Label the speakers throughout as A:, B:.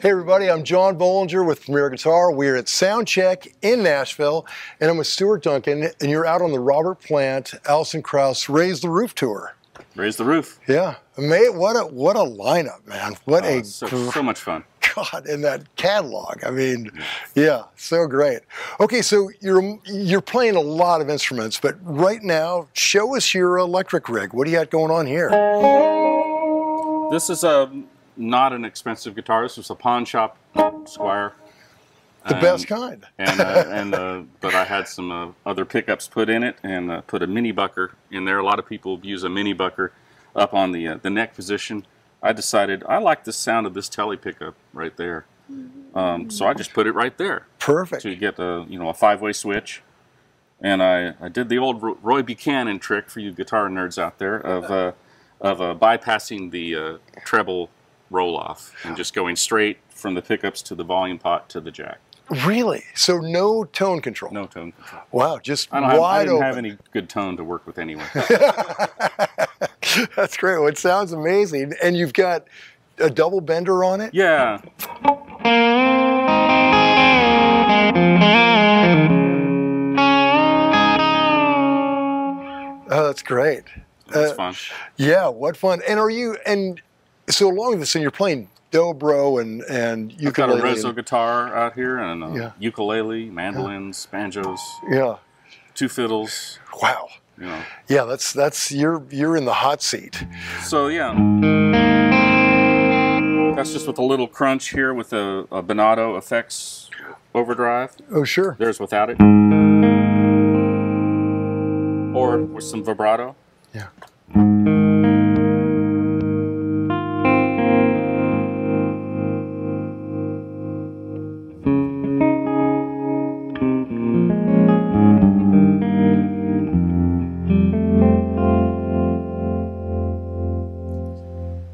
A: Hey, everybody, I'm John Bollinger with Premier Guitar. We're at Soundcheck in Nashville, and I'm with Stuart Duncan, and you're out on the Robert Plant, Alison Krauss Raise the Roof Tour.
B: Raise the roof.
A: Yeah, mate, what a, what a lineup, man. What
B: Oh,
A: a
B: it's so,
A: gr-
B: so much fun.
A: God in that catalog. I mean, yeah, so great. Okay, so you're you're playing a lot of instruments, but right now, show us your electric rig. What do you got going on here?
B: This is a not an expensive guitar. This was a pawn shop Squire.
A: The
B: Um,
A: best kind.
B: and uh, and uh, but I had some uh, other pickups put in it and uh, put a mini bucker in there. A lot of people use a mini bucker up on the uh, the neck position. I decided I like the sound of this tele pickup right there, um, so I just put it right there
A: Perfect.
B: to get a you know a five way switch. And I, I did the old Ro- Roy Buchanan trick for you guitar nerds out there of uh, of uh, bypassing the uh, treble roll off and just going straight from the pickups to the volume pot to the jack.
A: Really? So no tone control.
B: No tone control.
A: Wow, just
B: I, don't have, I
A: wide
B: didn't
A: open.
B: have any good tone to work with anyway.
A: That's great. Well, it sounds amazing, and you've got a double bender on it.
B: yeah.
A: Oh, that's great.
B: That's
A: Uh,
B: fun.
A: Yeah, what fun! And are you and so along this, and you're playing dobro and and
B: I've got a
A: ukulele.
B: Roseau guitar out here and a
A: Yeah.
B: ukulele, mandolins, banjos,
A: yeah.
B: two fiddles,
A: Wow.
B: you know.
A: Yeah, that's that's you're you're in the hot seat.
B: So yeah. That's just with a little crunch here with a, a Bonato effects overdrive.
A: Oh sure.
B: There's without it. Or with some vibrato.
A: Yeah.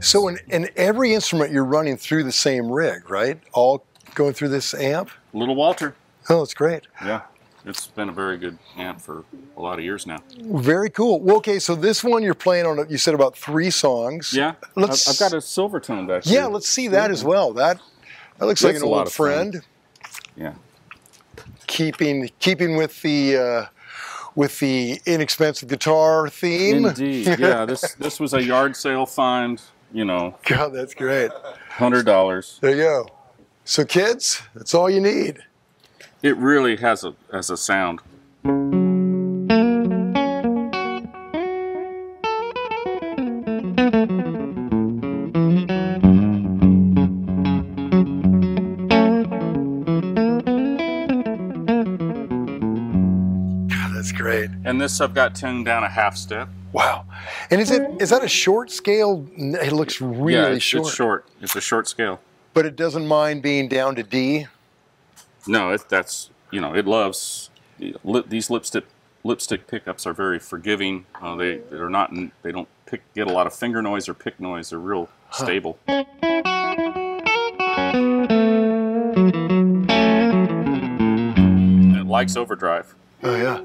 A: So in, in every instrument you're running through the same rig, right? All going through this amp.
B: Little Walter.
A: Oh, it's great.
B: Yeah. It's been a very good amp for a lot of years now.
A: Very cool. Well, okay, so this one you're playing on. You said about three songs.
B: Yeah,
A: Let's-
B: I've, I've got a silver tone back here.
A: Yeah, let's see that as well. That that looks like
B: That's
A: an
B: a lot
A: old
B: of fun.
A: friend.
B: yeah.
A: Keeping keeping with the uh, with the inexpensive guitar theme.
B: Indeed, yeah. This this was a yard sale find. You know,
A: God, that's great.
B: hundred dollars.
A: There you go. So kids, that's all you need.
B: It really has a has a sound.
A: God, that's great.
B: And this I've got tuned down a half step.
A: Wow. And is it is that a short scale? It looks really
B: yeah, it's,
A: short,
B: it's short. It's a short scale.
A: but it doesn't mind being down to D.
B: No, it, that's you know, it loves lip, these lipstick lipstick pickups are very forgiving. Uh, they they're not n- they don't pick get a lot of finger noise or pick noise. They're real stable. And it likes overdrive.
A: Oh yeah.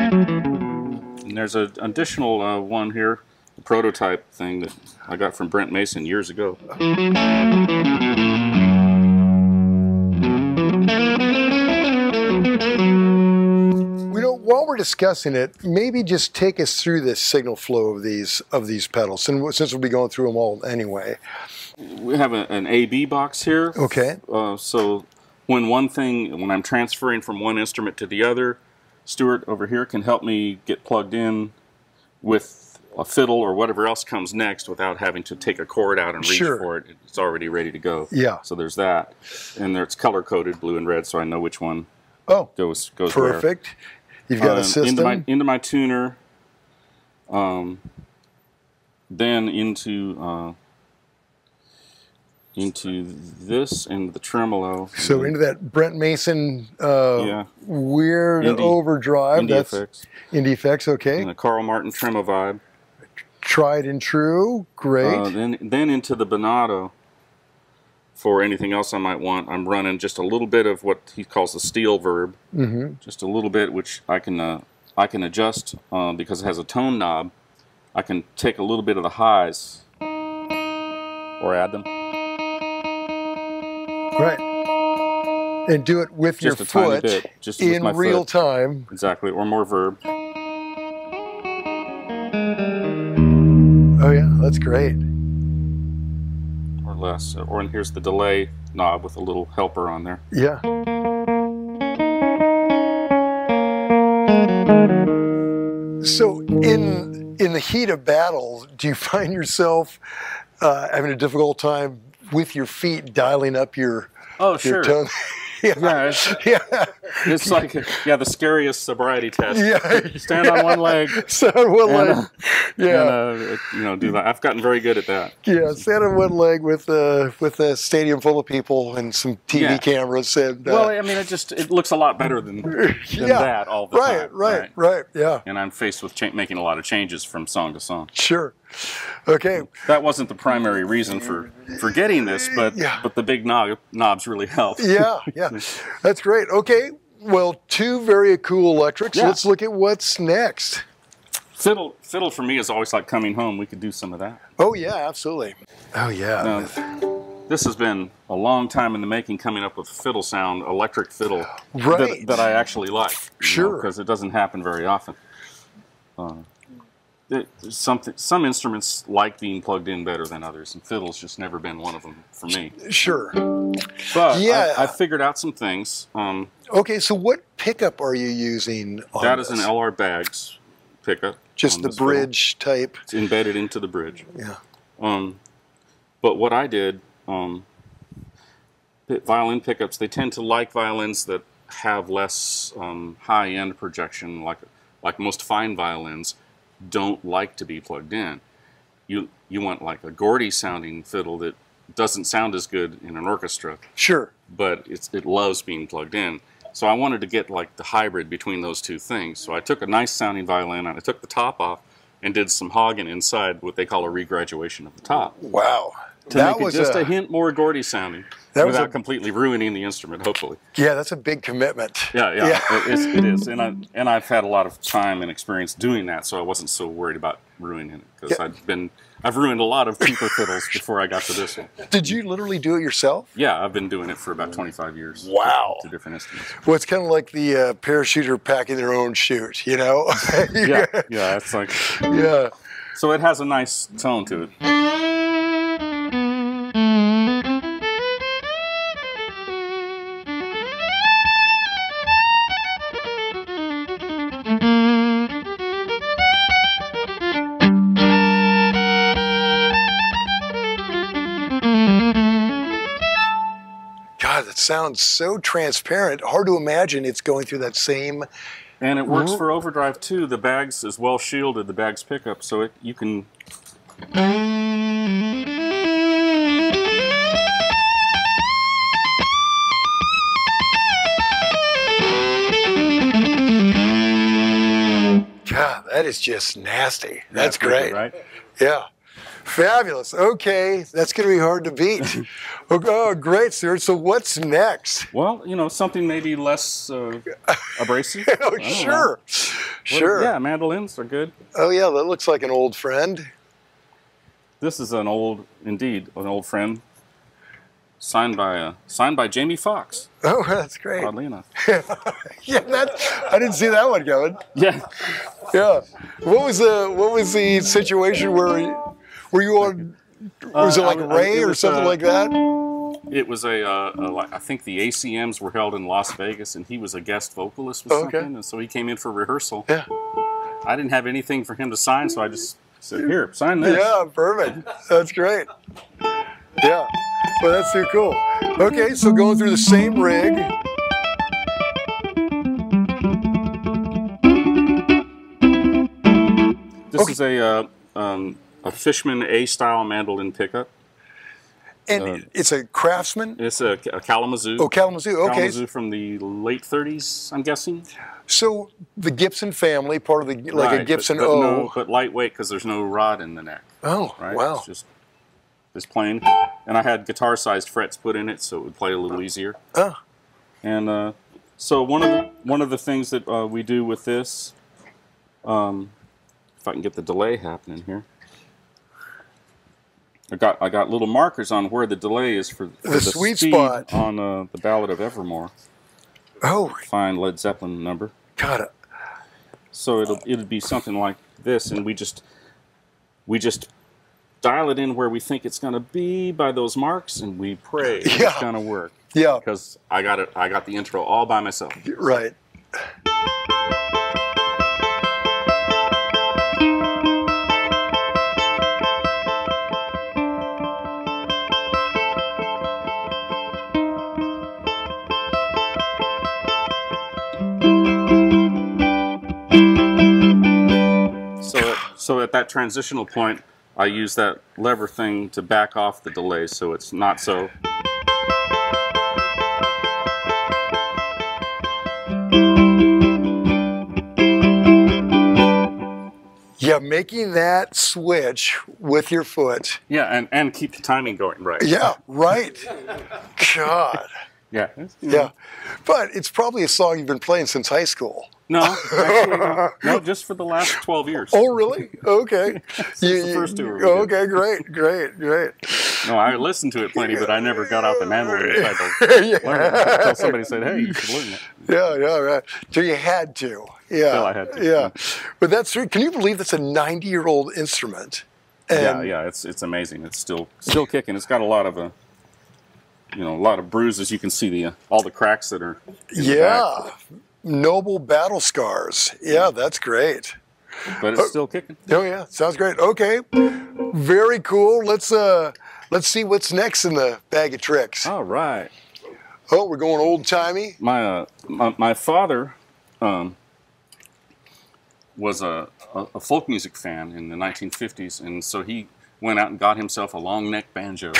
B: And there's an additional uh, one here, a prototype thing that I got from Brent Mason years ago.
A: We know while we're discussing it, maybe just take us through the signal flow of these of these pedals, and since we'll be going through them all anyway.
B: We have a, an AB box here.
A: Okay.
B: Uh, so when one thing, when I'm transferring from one instrument to the other, Stuart over here can help me get plugged in with a fiddle or whatever else comes next without having to take a chord out and reach
A: Sure.
B: for it. It's already ready to go.
A: Yeah.
B: So there's that, and there it's color coded, blue and red, so I know which one
A: Oh,
B: goes goes where.
A: perfect. You've got
B: Um,
A: a system.
B: into my into my tuner, um, then into uh, into this and the tremolo.
A: so into that Brent Mason uh,
B: Mm-hmm. Yeah.
A: weird
B: Indie-
A: overdrive.
B: Indie
A: that's
B: effects
A: indie effects. Okay,
B: and the Carl Martin tremolo vibe.
A: tried and true. Great.
B: Uh, then then into the Bonato for anything else I might want. I'm running just a little bit of what he calls the steel verb,
A: Mhm.
B: um, just a little bit, which I can uh, I can adjust uh, because it has a tone knob. I can take a little bit of the highs or add them.
A: Right. And do it with your
B: Just a tiny
A: foot
B: bit, just with
A: in
B: my
A: real
B: foot.
A: time.
B: Exactly, or more verb.
A: Oh yeah, that's great.
B: or less. Or and here's the delay knob with a little helper on there.
A: Yeah. So in in the heat of battle, do you find yourself uh, having a difficult time with your feet dialing up your
B: Oh,
A: your tone?
B: Yeah, it's,
A: yeah,
B: it's like yeah, the scariest sobriety test.
A: yeah.
B: Stand on one leg.
A: Stand on one leg.
B: And, uh,
A: yeah,
B: And, uh, you know, do that. I've gotten very good at that.
A: yeah. Stand on one leg with uh, with a stadium full of people and some TV
B: Yeah.
A: cameras and uh,
B: Well, I mean, it just it looks a lot better than, than
A: Yeah.
B: that all the
A: right,
B: time.
A: right, right, Yeah,
B: And I'm faced with cha- making a lot of changes from song to song.
A: sure. Okay,
B: That wasn't the primary reason for for getting this, but
A: Yeah.
B: but the big knob, knobs really helped.
A: yeah, yeah. That's great. Okay. Well, two very cool electrics.
B: Yeah.
A: Let's look at what's next.
B: Fiddle fiddle for me is always like coming home. We could do some of that.
A: Oh, yeah, absolutely. Oh, yeah.
B: Um, this has been a long time in the making, coming up with fiddle sound, electric fiddle,
A: Right.
B: that, that I actually like.
A: Sure.
B: because it doesn't happen very often. Uh, it- something, some instruments like being plugged in better than others, and fiddle's just never been one of them for me.
A: Sure.
B: But I-
A: Yeah.
B: I, figured out some things. Um,
A: Okay, so what pickup are you using on
B: that is an
A: this?
B: LR Bags pickup.
A: Just
B: on
A: the
B: this fiddle.
A: bridge type.
B: It's embedded into the bridge.
A: Yeah.
B: Um, but what I did, um, pi- violin pickups, they tend to like violins that have less um, high-end projection, like like most fine violins don't like to be plugged in. You you want like a Gordy sounding fiddle that doesn't sound as good in an orchestra,
A: Sure.
B: but it's, it loves being plugged in. So I wanted to get like the hybrid between those two things. So I took a nice sounding violin and I took the top off and did some hogging inside, what they call a regraduation of the top,
A: Wow.
B: to make it just a, hint more Gordy sounding
A: That was
B: without
A: a-
B: completely ruining the instrument. Hopefully,
A: yeah, that's a big commitment.
B: yeah, yeah,
A: Yeah.
B: It, it's, it is. And I and I've had a lot of time and experience doing that, so I wasn't so worried about ruining it because
A: Yeah.
B: I've been I've ruined a lot of cheaper fiddles before I got to this one.
A: Did you literally do it yourself?
B: Yeah, I've been doing it for about 25 years.
A: Wow.
B: to different instruments.
A: Well, it's kind of like the uh, parachuter packing their own chute, you know?
B: Yeah, yeah, it's like.
A: yeah.
B: So it has a nice tone to it.
A: God, that sounds so transparent. Hard to imagine it's going through that same.
B: And it works for overdrive too. The bags is well shielded, the bags pickup, so it you can
A: God, that is just nasty. That's
B: pick it,
A: great.
B: right?
A: Yeah. Fabulous. Okay, that's going to be hard to beat. oh, oh, great, Stuart. So what's next?
B: Well, you know, something maybe less uh, abrasive. I
A: Oh,
B: don't know.
A: sure.
B: What-
A: Sure.
B: yeah, mandolins are good.
A: Oh, yeah, that looks like an old friend.
B: This is an old indeed, an old friend. Signed by uh, signed by Jamie Foxx,
A: Oh, that's great.
B: oddly enough.
A: Yeah, that, I didn't see that one going.
B: Yeah.
A: Yeah. What was the What was the situation where were you on? Was it
B: Uh,
A: like
B: I- I-
A: Ray
B: it
A: or
B: was,
A: something
B: uh,
A: like that?
B: It was a, uh, a like, I think the ACMs were held in Las Vegas, and he was a guest vocalist with
A: Oh, okay.
B: something, and so he came in for rehearsal.
A: Yeah.
B: I didn't have anything for him to sign, so I just said, "Here, sign this."
A: Yeah, perfect. That's great. Yeah. Well, that's too cool. Okay, so going through the same rig.
B: This
A: Okay.
B: is a uh, um, a Fishman A style mandolin pickup.
A: And
B: Uh,
A: it's a craftsman.
B: It's a, a Kalamazoo.
A: Oh, Kalamazoo. Okay.
B: Kalamazoo from the late 30s, I'm guessing.
A: So the Gibson family, part of the, like a
B: Right,
A: Gibson
B: but, but
A: O.
B: No, but lightweight because there's no rod in the neck,
A: oh,
B: right?
A: wow.
B: It's just this plain. And I had guitar sized frets put in it so it would play a little easier.
A: Oh,
B: And uh, so one of the, one of the things that uh, we do with this, um, If I can get the delay happening here. I got I got little markers on where the delay is for, for
A: The sweet
B: speed
A: spot.
B: on uh, the Ballad of Evermore.
A: Oh,
B: Find Led Zeppelin number.
A: God.
B: So it'll it'll be something like this, and we just we just dial it in where we think it's going to be by those marks, and we pray
A: Yeah.
B: it's going to work.
A: Yeah,
B: Because I got it, I got the intro all by myself.
A: right.
B: So at, so at that transitional point, I use that lever thing to back off the delay, so it's not so.
A: Yeah, making that switch with your foot.
B: Yeah, and, and keep the timing going right.
A: Yeah, right. God.
B: Yeah.
A: Yeah. But it's probably a song you've been playing since high school.
B: No, actually, no. no, just for the last 12 years.
A: Oh, really? Okay.
B: the first two were good.
A: okay, great, great, great.
B: No, I listened to it plenty, but I never got out the manual and tried to learn it
A: yeah.
B: until somebody said, hey, you should learn it.
A: yeah, yeah, right. So you had to. Yeah.
B: Well, I had to.
A: Yeah. But that's, can you believe that's a 90 year old instrument?
B: yeah, yeah, it's it's amazing. It's still still kicking. It's got a lot of uh, you know, a lot of bruises. You can see the uh, all the cracks that are. in the back,
A: Yeah. Noble battle scars.
B: Mm.
A: Yeah, that's great.
B: but it's still kicking.
A: Oh yeah, sounds great. Okay, very cool. Let's uh, let's see what's next in the bag of tricks.
B: All right.
A: Oh, we're going old timey.
B: my uh, my, my father um, was a, a, a folk music fan in the 1950s, and so he went out and got himself a long neck banjo,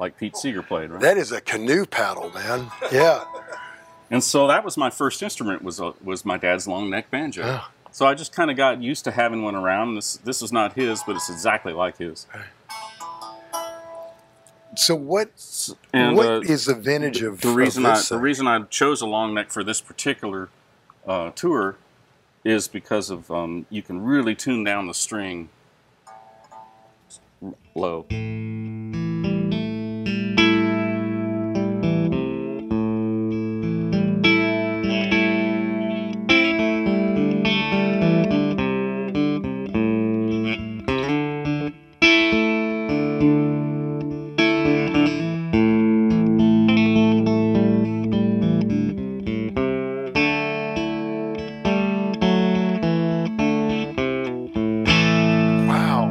B: like Pete Seeger played, right?
A: That is a canoe paddle, man. Yeah,
B: and so that was my first instrument was a, was my dad's long neck banjo.
A: Yeah.
B: So I just kind of got used to having one around. This this was not his, but it's exactly like his.
A: So what?
B: S-
A: What is
B: And uh,
A: the vintage of
B: the reason
A: of
B: I
A: this
B: the
A: thing?
B: reason I chose a long neck for this particular uh, tour is because of um, you can really tune down the string low.
A: wow.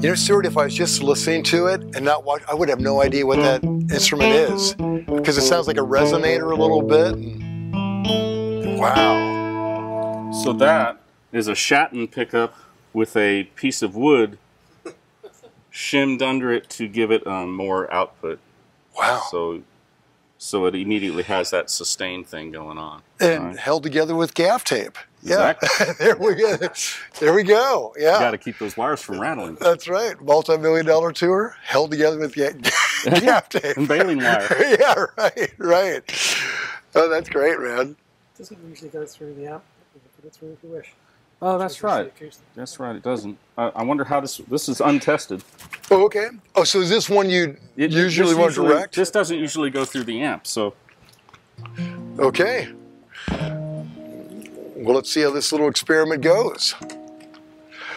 A: You know, Stuart, if I was just listening to it and not watch, I would have no idea what that instrument is because it sounds like a resonator a little bit. and- Wow.
B: So that is a Shatten pickup with a piece of wood shimmed under it to give it um, more output.
A: Wow.
B: So so it immediately has that sustain thing going on.
A: and
B: Right.
A: held together with gaff tape. Yeah,
B: Exactly.
A: there we go. There we go.
B: You
A: Yeah,
B: got to keep those wires from rattling.
A: that's right. Multi-million dollar tour held together with ga- gaff tape.
B: And baling wire.
A: yeah, right, right. Oh, that's great, man.
C: Doesn't usually go through the app. You can put it through if you wish.
B: Oh,
C: Just
B: that's
C: the
B: right.
C: acoustic.
B: That's right. It doesn't. I, I wonder how this this is untested.
A: Oh, okay. Oh, so is this one you
B: It-
A: usually
B: this
A: want to direct?
B: This doesn't usually go through the amp, so
A: Okay. Well, let's see how this little experiment goes.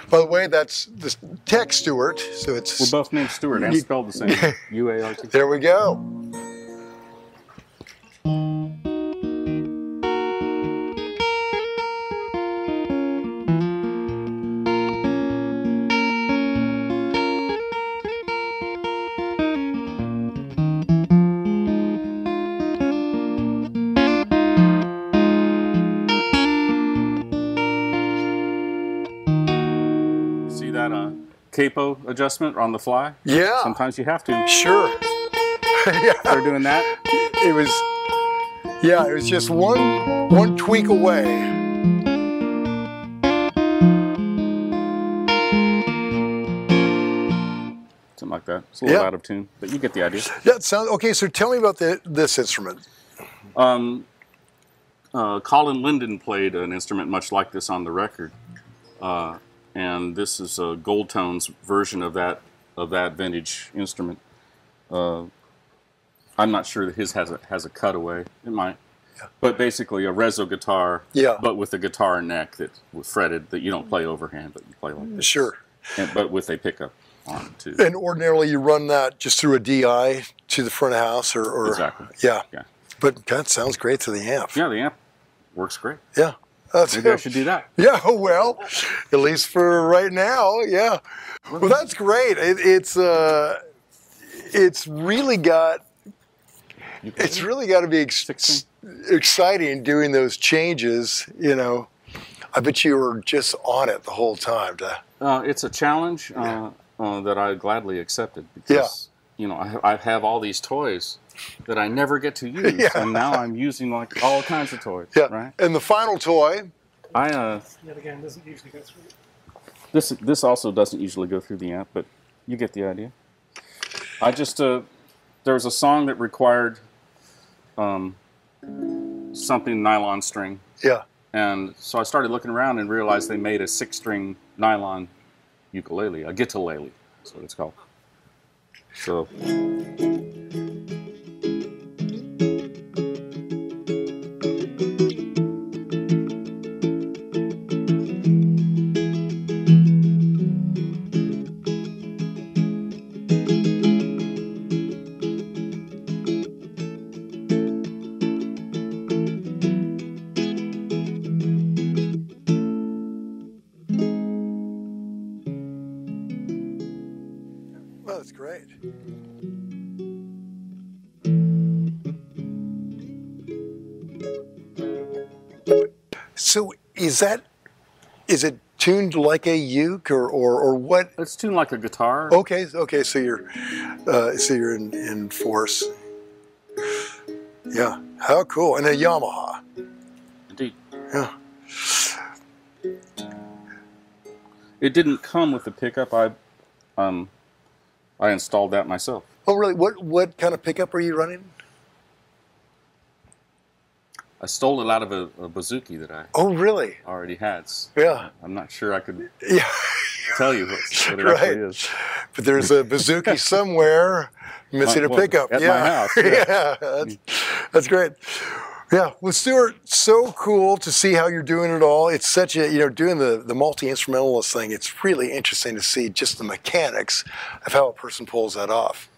A: By the way, that's the tech Stewart, so it's
B: we're both named Stewart and
A: You-
B: spelled the same. U A R T.
A: There we go.
B: See that uh, capo adjustment on the fly?
A: Yeah.
B: Sometimes you have to.
A: Sure. yeah.
B: They're doing that.
A: it was yeah it was just one one tweak away
B: Something like that. It's a little
A: Yeah.
B: out of tune, but you get the idea.
A: that sounds okay so tell me about the, this instrument
B: Um, uh, Colin Linden played an instrument much like this on the record. Uh, and this is a Gold Tones version of that of that vintage instrument. Uh, I'm not sure that his has a has a cutaway. It might, but basically a rezzo guitar,
A: Yeah.
B: but with a guitar neck that was fretted that you don't play overhand, but you play like this.
A: Sure.
B: and, but with a pickup on it too.
A: And ordinarily you run that just through a DI to the front of house or, or
B: Exactly.
A: yeah.
B: Yeah.
A: But that sounds great to the amp.
B: Yeah, the amp works great.
A: Yeah. That's
B: Maybe I should do that.
A: Yeah, well, at least for right now, yeah. Well, that's great. It, it's uh, it's really got
B: You can
A: it's really got to be ex-
B: Sixteen.
A: exciting doing those changes. You know, I bet you were just on it the whole time. To,
B: Uh, it's a challenge uh, uh, that I gladly accepted because you know I, I have all these toys that I never get to use,
A: Yeah.
B: and now I'm using like all kinds of toys.
A: yeah.
B: Right.
A: And the final toy,
B: I uh,
C: Yet again, doesn't usually go through.
B: this this also doesn't usually go through the amp, but you get the idea. I just uh, there was a song that required um, something nylon string,
A: yeah,
B: and so I started looking around and realized they made a six-string nylon ukulele, a gitalele. That's what it's called. So
A: well, that's great. So is that is it tuned like a uke or or, or what?
B: it's tuned like a guitar.
A: Okay, okay. So you're, uh, so you're in, in force. Yeah. How cool. And a Yamaha.
B: Indeed.
A: Yeah.
B: It didn't come with the pickup. I um, I installed that myself.
A: Oh, really? What what kind of pickup are you running?
B: I stole it out of a, a Bazooki that I
A: Oh, really?
B: already had. S-
A: Yeah.
B: I'm not sure I could
A: Yeah.
B: tell you what, what it
A: Right.
B: actually is.
A: But there's a Bazooki somewhere missing
B: well,
A: a pickup.
B: at my
A: yeah.
B: house, yeah.
A: yeah. That's, that's great. Yeah. Well, Stuart, so cool to see how you're doing it all. It's such a, you know, doing the, the multi instrumentalist thing, it's really interesting to see just the mechanics of how a person pulls that off.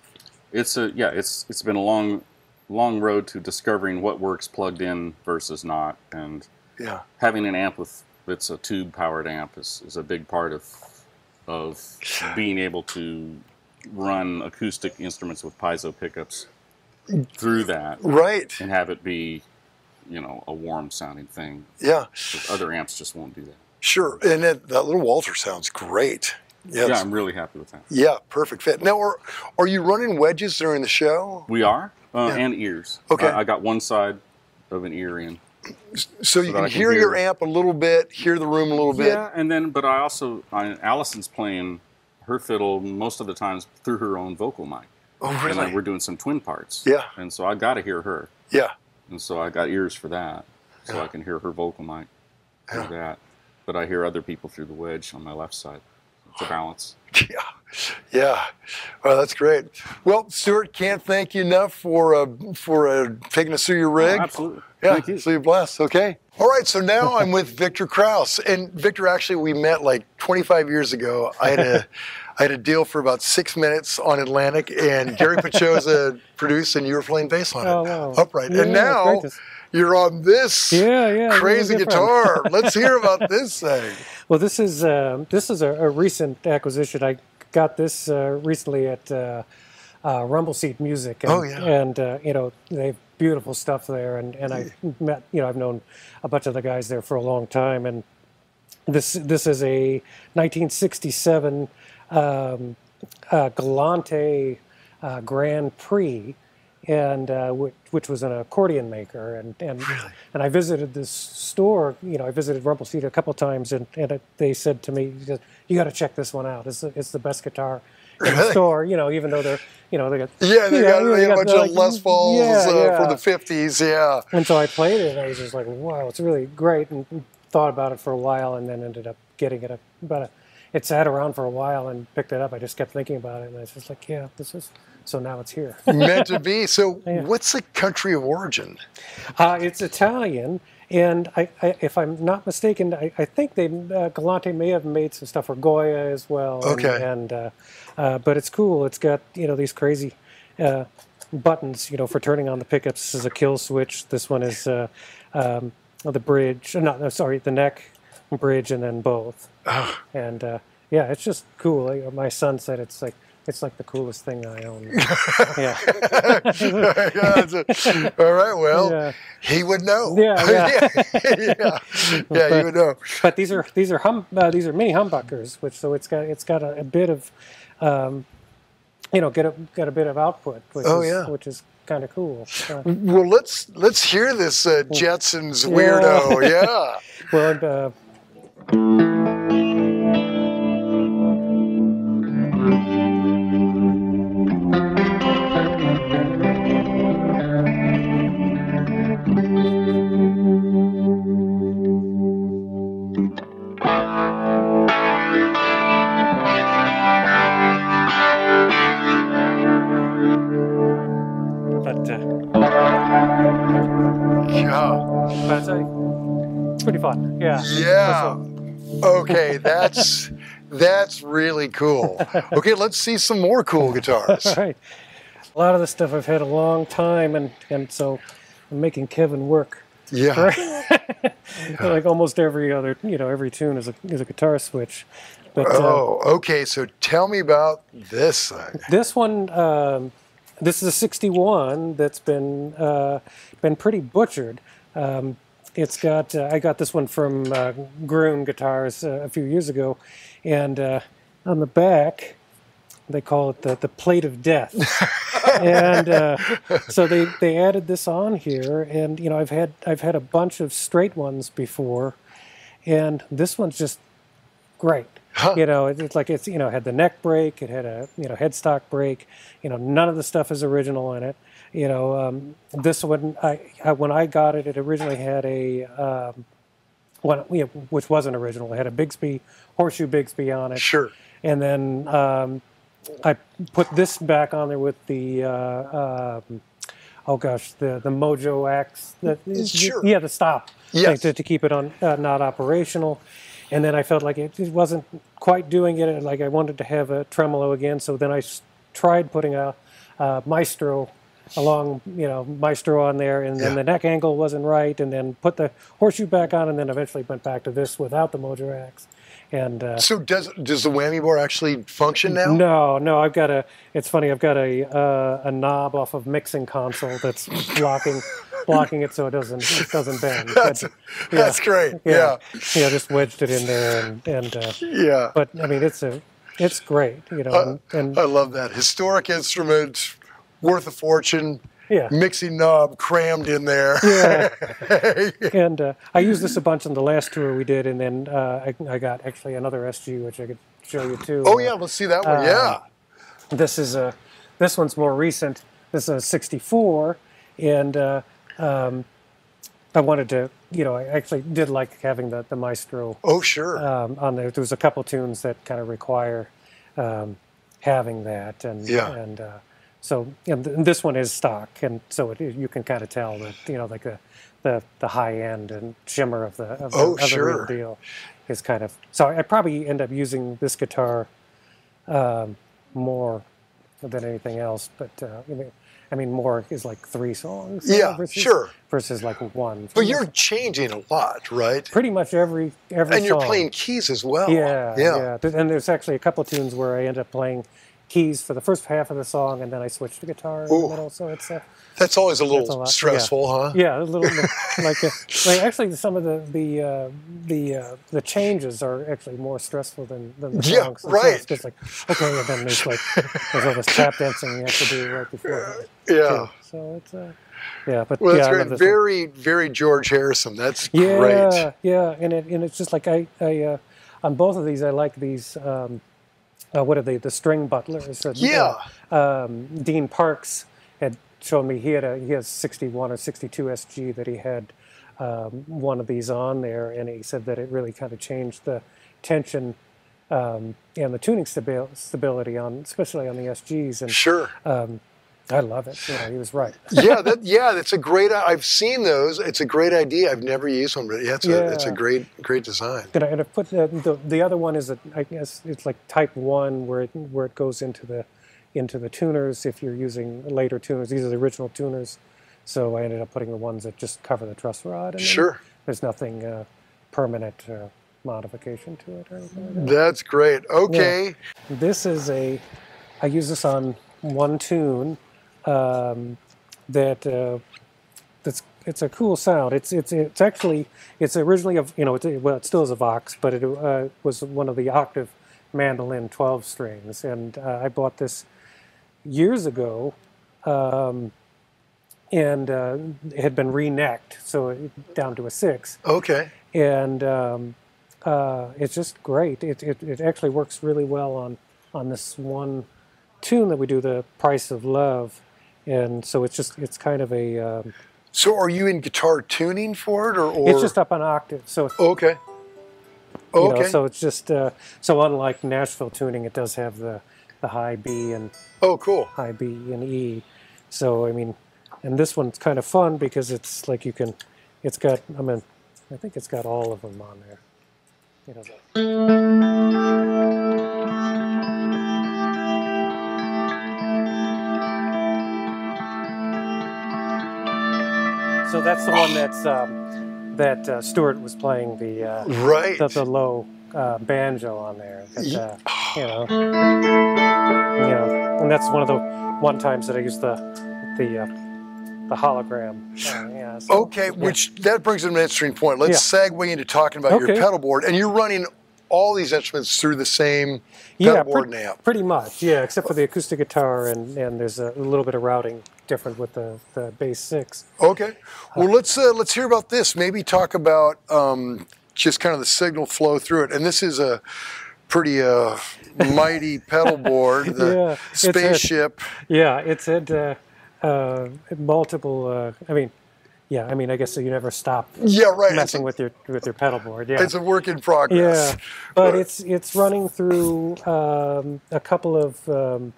B: It's a yeah. It's it's been a long, long road to discovering what works plugged in versus not, and
A: Yeah.
B: having an amp with that's a tube powered amp is, is a big part of of being able to run acoustic instruments with piezo pickups
A: Mm.
B: through that
A: Right.
B: and have it be you know a warm sounding thing
A: Yeah.
B: 'Cause other amps just won't do that
A: Sure, and that, that little Walter sounds great. Yes.
B: yeah
A: Yeah,
B: i'm really happy with that
A: perfect fit. Now, are are you running wedges during the show?
B: we are uh,
A: Yeah.
B: and ears
A: Okay.
B: I, I got one side of an ear in
A: So you
B: that
A: can,
B: I can
A: hear,
B: hear.
A: your amp a little bit, hear the room a little bit.
B: yeah and then but i also I, allison's playing her fiddle most of the times through her own vocal mic
A: Oh,
B: and like,
A: really?
B: we're doing some twin parts
A: Yeah.
B: and so i got to hear her
A: Yeah.
B: and so I got ears for that, so
A: Yeah.
B: I can hear her vocal mic through
A: Yeah.
B: that. But I hear other people through the wedge on my left side. It's a balance.
A: Yeah. Yeah. Well, that's great. Well, Stuart, can't thank you enough for uh, for uh, taking us through
D: Oh,
A: your rig.
B: Oh, Absolutely.
A: Yeah,
B: Thank you.
A: so you're blessed. Okay. All right, so now I'm with Victor Kraus. And Victor, actually, we met like 25 years ago. I had a, I had a deal for about six minutes on Atlantic, and Gary Pachoza produced, and you were playing bass on it,
D: Oh, wow.
A: upright.
D: Yeah,
A: and now
D: great to s-
A: you're on this
D: yeah, yeah, it's
A: crazy
D: different.
A: guitar. Let's hear about this thing.
D: Well, this is um, this is a, a recent acquisition. I got this uh, recently at uh, uh, Rumble Seat Music. And,
A: Oh, yeah.
D: and uh, you know they have beautiful stuff there. And and I met you know I've known a bunch of the guys there for a long time. And this this is a 1967 um, uh, Galante uh, Grand Prix, and uh, which, which was an accordion maker. And and, and I visited this store. You know, I visited Rumpelsteed a couple times, and and it, they said to me, "You got to check this one out. It's the, it's the best guitar." In the
A: Really?
D: store, you know, even though they're, you know, they got
A: Yeah, they
D: you
A: got,
D: know,
A: they had a
D: got
A: bunch
D: the,
A: of Les Pauls
D: yeah,
A: uh,
D: yeah.
A: from the 50s. Yeah.
D: And so I played it, and I was just like, "Wow, it's really great!" And thought about it for a while, and then ended up getting it about a, it sat around for a while and picked it up. I just kept thinking about it, and I was just like, yeah, this is. So now it's here.
A: Meant to be. So, what's the country of origin?
D: Uh, it's Italian, and I, I, if I'm not mistaken, I, I think they uh, Galante may have made some stuff for Goya as well. and-
A: Okay.
D: And, uh, uh, but it's cool. It's got you know these crazy uh, buttons, you know, for turning on the pickups. This is a kill switch. This one is uh, um, the bridge. No, no, sorry, the neck, bridge, and then both. And uh, yeah, it's just cool. Like, my son said it's like. It's like the coolest thing I own. yeah,
A: Yeah, it's a- all right. Well,
D: Yeah.
A: he would know.
D: Yeah, yeah.
A: yeah, yeah. yeah he would know.
D: but these are these are hum uh, these are mini humbuckers, which so it's got it's got a, a bit of, um, you know, get a got a bit of output, which
A: Oh,
D: is,
A: yeah.
D: which is kind of cool. Uh,
A: Well, let's let's hear this uh, Jetsons weirdo. Yeah.
D: well, and, uh, but uh,
A: yeah.
D: but uh, it's pretty fun. Yeah.
A: Yeah. Okay, that's that's really cool. Okay, let's see some more cool guitars.
D: All right. A lot of this stuff I've had a long time, and, and so I'm making Kevin work.
A: Yeah.
D: like almost every other, you know, every tune is a, is a guitar switch. But uh,
A: Oh, okay. So tell me about this uh, thing.
D: this one, um, this is a 61 that's been uh, been pretty butchered. Um, it's got uh, I got this one from uh, Groom Guitars uh, a few years ago, and uh, on the back they call it the, the plate of death. and uh, so they, they added this on here, and you know I've had I've had a bunch of straight ones before, and this one's just great. You know, it- it's like it's you know had the neck break, it had a you know headstock break. You know, none of the stuff is original in it. You know, um, this one I, I when I got it, it originally had a um, one you know, which wasn't original. It had a Bigsby horseshoe Bigsby on it
A: Sure.
D: and then um, I put this back on there with the uh, um, oh gosh the the Mojo X the, the-
A: Sure.
D: yeah the stop
A: Yes.
D: like, to, to keep it on uh, not operational and then I felt like it, it wasn't quite doing it like I wanted to have a tremolo again so then I s- tried putting a, uh maestro along you know maestro on there and then
A: Yeah.
D: the neck angle wasn't right and then put the horseshoe back on and then eventually went back to this without the Mojo X and uh,
A: So does does the whammy bar actually function now?
D: no, no, I've got a. It's funny. I've got a uh, a knob off of mixing console that's blocking blocking it so it doesn't it doesn't bend.
A: That's, that's great. Yeah.
D: yeah, yeah, just wedged it in there, and and uh,
A: Yeah. Uh,
D: but I mean it's a it's great, you know, and,
A: I
D: and
A: love that. Historic instrument, worth a fortune,
D: yeah.
A: mixing knob crammed in there.
D: Yeah. and uh, I used this a bunch on the last tour we did, and then uh, I, I got actually another SG which I could show you too. uh,
A: Oh yeah, let's see that one. yeah.
D: this is a this one's more recent this is a 64 and uh, um, i wanted to you know i actually did like having the, the maestro
A: Oh sure.
D: um, on there there was a couple tunes that kind of require um, having that and
A: Yeah.
D: and uh, so and, th- and this one is stock and so it, you can kind of tell that you know like the the, the high end and shimmer of the of, the-
A: Oh,
D: of the
A: sure.
D: real deal is kind of so I probably end up using this guitar um, more than anything else. But uh, I, mean, I mean, more is like three songs. you know,
A: Yeah,
D: versus,
A: sure.
D: Versus like one.
A: but you're changing a lot, right?
D: pretty much every every
A: And you're
D: song.
A: playing keys as well.
D: Yeah,
A: Yeah.
D: yeah, Th- And there's actually a couple tunes where I end up playing keys for the first half of the song, and then I switch to guitar in
A: Ooh.
D: the middle. So it's a
A: That's always a
D: That's a
A: little
D: lot, yeah.
A: stressful, huh?
D: yeah, a little bit like, a, like actually some of the the uh, the uh, the changes are actually more stressful than, than the
A: Yeah,
D: songs.
A: right.
D: It's just like okay, and then there's like there's all this tap dancing you have to do right before.
A: Yeah.
D: So it's uh, yeah, but
A: Well,
D: yeah,
A: that's
D: I love
A: great.
D: this one.
A: Very, very George Harrison. That's
D: yeah,
A: great.
D: yeah, and it and it's just like I I uh, on both of these I like these. Um, uh, what are they? The string butlers. that, uh,
A: Yeah.
D: um, Dean Parks had shown me he had a he has 61 or 62 SG that he had um, one of these on there, and he said that it really kind of changed the tension um, and the tuning stabi- stability on, especially on the SGs. And um,
A: Sure.
D: I love it. You know, he was right.
A: yeah, that, yeah, that's a great. i- I've seen those. It's a great idea. I've never used one, but yeah, it's, a, it's a
D: Yeah.
A: great, great design.
D: And I, and I put the, the the other one is that I guess it's like type one where it where it goes into the into the tuners if you're using later tuners. These are the original tuners, so I ended up putting the ones that just cover the truss rod. And then
A: Sure.
D: there's nothing uh, permanent uh, modification to it or anything. like that.
A: That's great. Okay.
D: This is a, I use this on one tune, um, that uh, that's it's a cool sound. It's it's it's actually it's originally of you know it's, well it still is a Vox, but it uh, was one of the octave mandolin twelve strings, and uh, I bought this years ago. Um, and uh, it had been re-necked, so it, down to a six
A: Okay.
D: and um, uh, it's just great. It, it, it actually works really well on on this one tune that we do, the Price of Love, and so it's just it's kind of a um,
A: So, are you in guitar tuning for it, or, or
D: it's just up an octave. So
A: okay?
D: you
A: Okay.
D: know, so it's just uh, so unlike Nashville tuning, it does have the the high B and
A: oh, cool.
D: high B and E. So I mean, and this one's kind of fun because it's like you can, it's got I mean, I think it's got all of them on there. You know, the- So that's the one that's um, that uh, Stewart was playing the uh,
A: Right.
D: the, the low uh, banjo on there. That, uh, you know, you know, and that's one of the one times that I used the the uh, the hologram. Uh, yeah, so-
A: Okay, which that brings an interesting point. Let's segue into talking about your
D: Okay.
A: pedal board, and you're running all these instruments through the same pedal
D: yeah,
A: board
D: pre-
A: and amp.
D: pretty much. Yeah, except for the acoustic guitar and and there's a little bit of routing different with the the bass six.
A: Okay, well let's uh, let's hear about this. Maybe talk about um, just kind of the signal flow through it. And this is a pretty uh, mighty pedal board,
D: Yeah,
A: the
D: it's a-
A: spaceship.
D: Yeah, it's had uh, uh, multiple. Uh, I mean, yeah, I mean, I guess you never stop
A: yeah, right. It's
D: messing
A: a,
D: with your with your pedal board. Yeah,
A: it's a work in progress.
D: Yeah, but it's it's running through um, a couple of, um,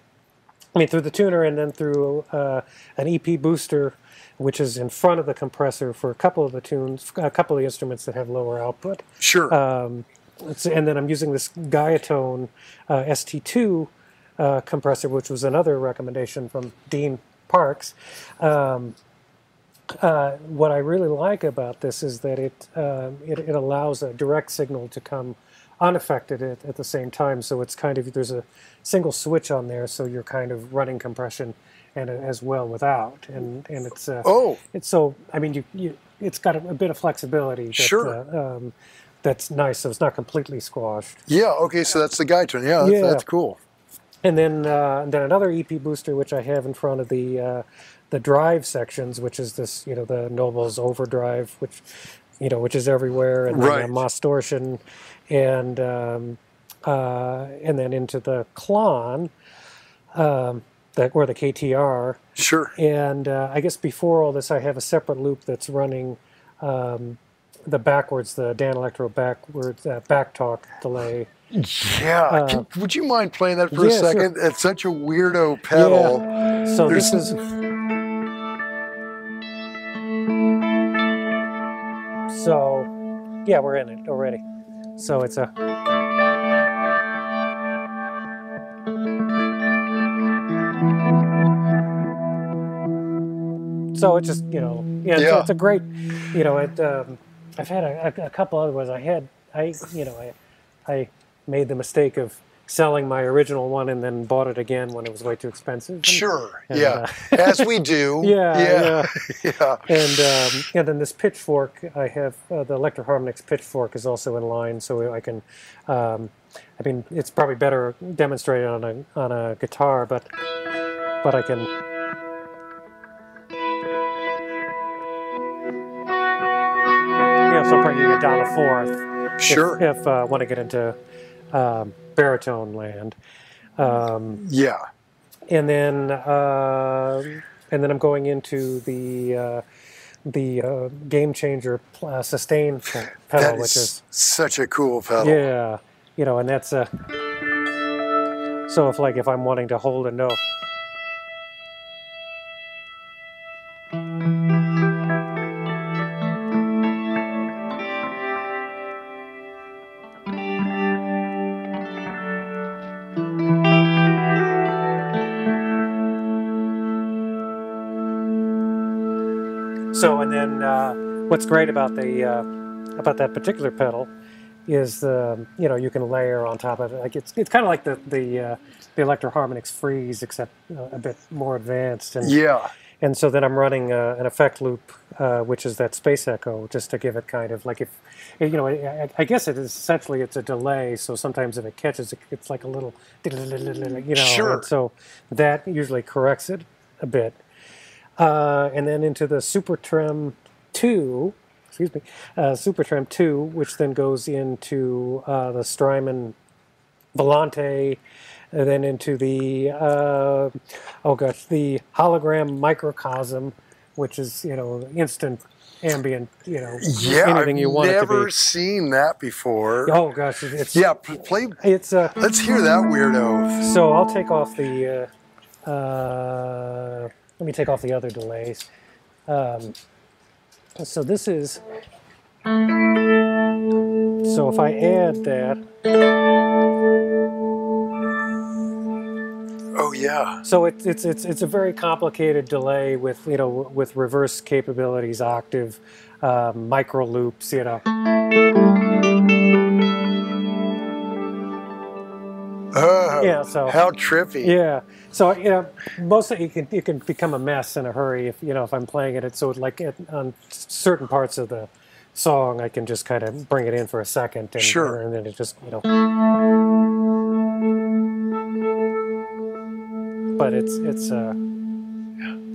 D: I mean, through the tuner and then through uh, an EP booster, which is in front of the compressor for a couple of the tunes, a couple of the instruments that have lower output.
A: Sure.
D: Um, it's- and then I'm using this Gaiatone uh, ST2 uh, compressor, which was another recommendation from Dean Parks. Um, uh, what I really like about this is that it, um, it it allows a direct signal to come unaffected at, at the same time. So it's kind of there's a single switch on there, so you're kind of running compression and uh, as well without, and and it's uh,
A: oh,
D: it's so I mean you, you it's got a, a bit of flexibility. That,
A: Sure.
D: uh, um, that's nice. So it's not completely squashed.
A: yeah. Okay, so that's the guy turn. Yeah, that's,
D: Yeah.
A: that's cool.
D: And then uh, and then another EP booster which I have in front of the uh, the drive sections, which is this you know the Noble's Overdrive, which you know which is everywhere, and
A: Right.
D: then uh, Mostortion, and um, uh, and then into the Klon, um, the, or the KTR.
A: Sure.
D: And uh, I guess before all this, I have a separate loop that's running um, the backwards, the Dan Electro backwards uh, back talk delay.
A: Yeah. Can- would you mind playing that for a
D: uh, yeah, sure.
A: second? It's such a weirdo pedal.
D: So this
A: There's-
D: is. So, yeah, we're in it already. So it's a. So it's just you know yeah, It's,
A: Yeah.
D: it's a great you know it. Um, I've had a, a, a couple other ones. I had I you know I I made the mistake of selling my original one and then bought it again when it was way too expensive. And-
A: Sure.
D: and,
A: yeah. As we do.
D: yeah, yeah.
A: Yeah. yeah.
D: And um, and then this pitchfork, I have uh, the Electro Harmonix pitchfork is also in line, so I can. Um, I mean, it's probably better demonstrated on a on a guitar, but but I can. Yeah, so probably you get down a fourth
A: Sure.
D: if, if uh, I want to get into um, baritone land. Um,
A: Yeah.
D: and then um and then I'm going into the uh, the uh, game changer uh, sustain p- pedal,
A: That is
D: which is
A: such a cool pedal.
D: yeah, you know, and that's a. So if like if I'm wanting to hold a note, So, and then uh, what's great about the uh, about that particular pedal is the you know you can layer on top of it. Like it's it's kind of like the the uh, the Electro Harmonix Freeze, except uh, a bit more advanced. And
A: Yeah.
D: and so then I'm running uh, an effect loop, uh, which is that space echo, just to give it kind of like if you know, I- I, I guess it is essentially it's a delay. So sometimes if it catches, it, it's like a little, you know.
A: Sure.
D: And so that usually corrects it a bit, uh, and then into the Super Trim two. Excuse me, uh, Super Trim 2, which then goes into uh, the Strymon Volante, and then into the uh, oh gosh, the hologram microcosm, which is you know instant ambient, you know
A: Yeah.
D: anything
A: I've
D: you want
A: never
D: it to
A: seen that before.
D: be. Oh gosh, it- it's
A: Yeah. p- Play.
D: it's uh,
A: Let's hear that weirdo.
D: so I'll take off the uh, uh, let me take off the other delays. Um, so this is so if I add that.
A: Oh yeah.
D: So it's it's it's it's a very complicated delay with you know with reverse capabilities, octave, uh, micro loops, you know.
A: Oh,
D: Yeah. So
A: How trippy.
D: yeah. So you know, mostly it can it can become a mess in a hurry if you know if I'm playing it. It's so like it, on certain parts of the song, I can just kind of bring it in for a second, and,
A: Sure.
D: and then it just you know. But it's it's uh,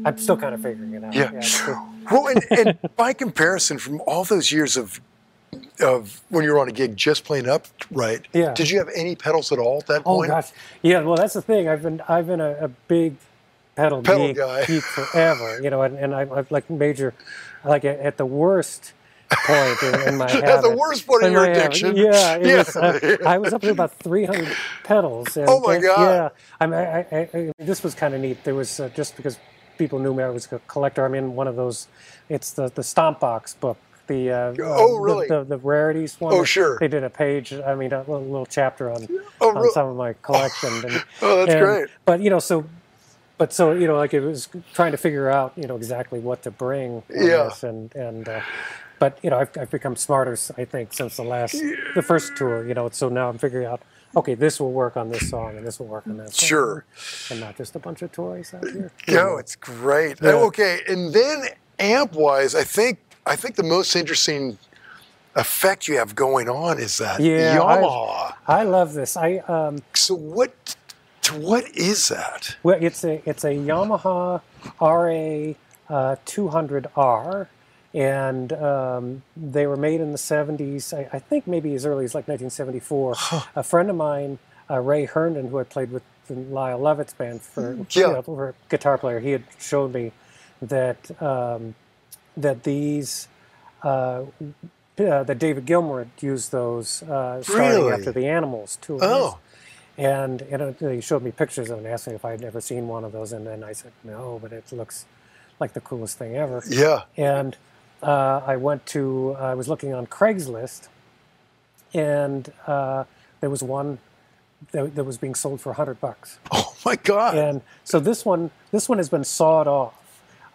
D: I'm still kind of figuring it out.
A: Yeah.
D: it's-
A: Well, and, and by comparison, from all those years of of when you were on a gig just playing upright,
D: Yeah.
A: did you have any pedals at all at that
D: Oh
A: point?
D: gosh, yeah. Well, that's the thing. I've been I've been a, a big pedal,
A: Pedal
D: geek,
A: guy.
D: geek forever. You know, and, and I, I've like major, like at, at the worst point in, in my
A: At the
D: habit-
A: worst point in
D: in
A: your
D: my habit.
A: addiction.
D: Yeah, it
A: Yeah.
D: Was, uh, I was up to about three hundred pedals. And,
A: Oh, my
D: and-
A: God.
D: Yeah, I, mean, I, I, I this was kind of neat. There was uh, just because people knew me, I was a collector. I'm in one of those. It's the the Stompbox book. The uh,
A: Oh,
D: uh,
A: really?
D: The, the, the rarities one.
A: Oh, sure.
D: They did a page. I mean, a little, little chapter on
A: Oh,
D: on
A: real-
D: some of my collection. And,
A: Oh, that's
D: and-
A: great.
D: But you know, so, but so you know, like it was trying to figure out you know exactly what to bring. on
A: Yeah.
D: this And and, uh, but you know, I've, I've become smarter, s- I think, since the last the first tour. You know, so now I'm figuring out. Okay, this will work on this song, and this will work on that. Song,
A: Sure.
D: And not just a bunch of toys out here.
A: No, it's great. Oh,
D: Yeah.
A: Okay, and then amp wise, I think I think the most interesting effect you have going on is that
D: Yeah, I've-
A: Yamaha.
D: I love this. I um,
A: So what to what is that?
D: Well, it's a it's a Yamaha RA two hundred R, and um, they were made in the seventies. I, I think maybe as early as like nineteen seventy four. A friend of mine, uh, Ray Herndon, who I played with in Lyle Lovett's band for, you
A: Hmm. Yeah.
D: know, for a guitar player, he had showed me that um, that these. Uh, uh, that David Gilmour had used those uh, starting
A: Really?
D: after the Animals tour.
A: Oh.
D: And, and uh, he showed me pictures of it and asked me if I had ever seen one of those. And then I said, no, but it looks like the coolest thing ever.
A: Yeah.
D: And uh, I went to, I was looking on Craigslist and uh, there was one that, that was being sold for 100 bucks.
A: Oh my god.
D: And so this one, this one has been sawed off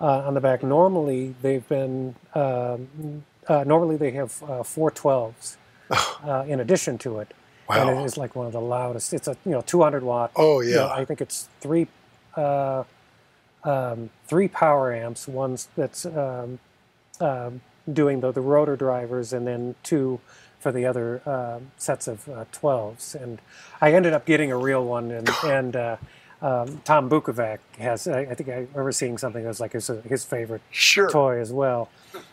D: uh, on the back. Normally they've been, um, uh, normally they have uh, 412s uh, in addition to it. And
A: Wow.
D: it is like one of the loudest. It's a you know 200 watt.
A: Oh,
D: you know,
A: yeah.
D: I think it's three, uh, um, three power amps. One's that's um, um, doing the, the rotor drivers, and then two for the other um sets of uh, 12s. And I ended up getting a real one, and, and uh, um, Tom Bukovac has, I, I think I remember seeing something that was like his, his favorite
A: Sure.
D: toy as well.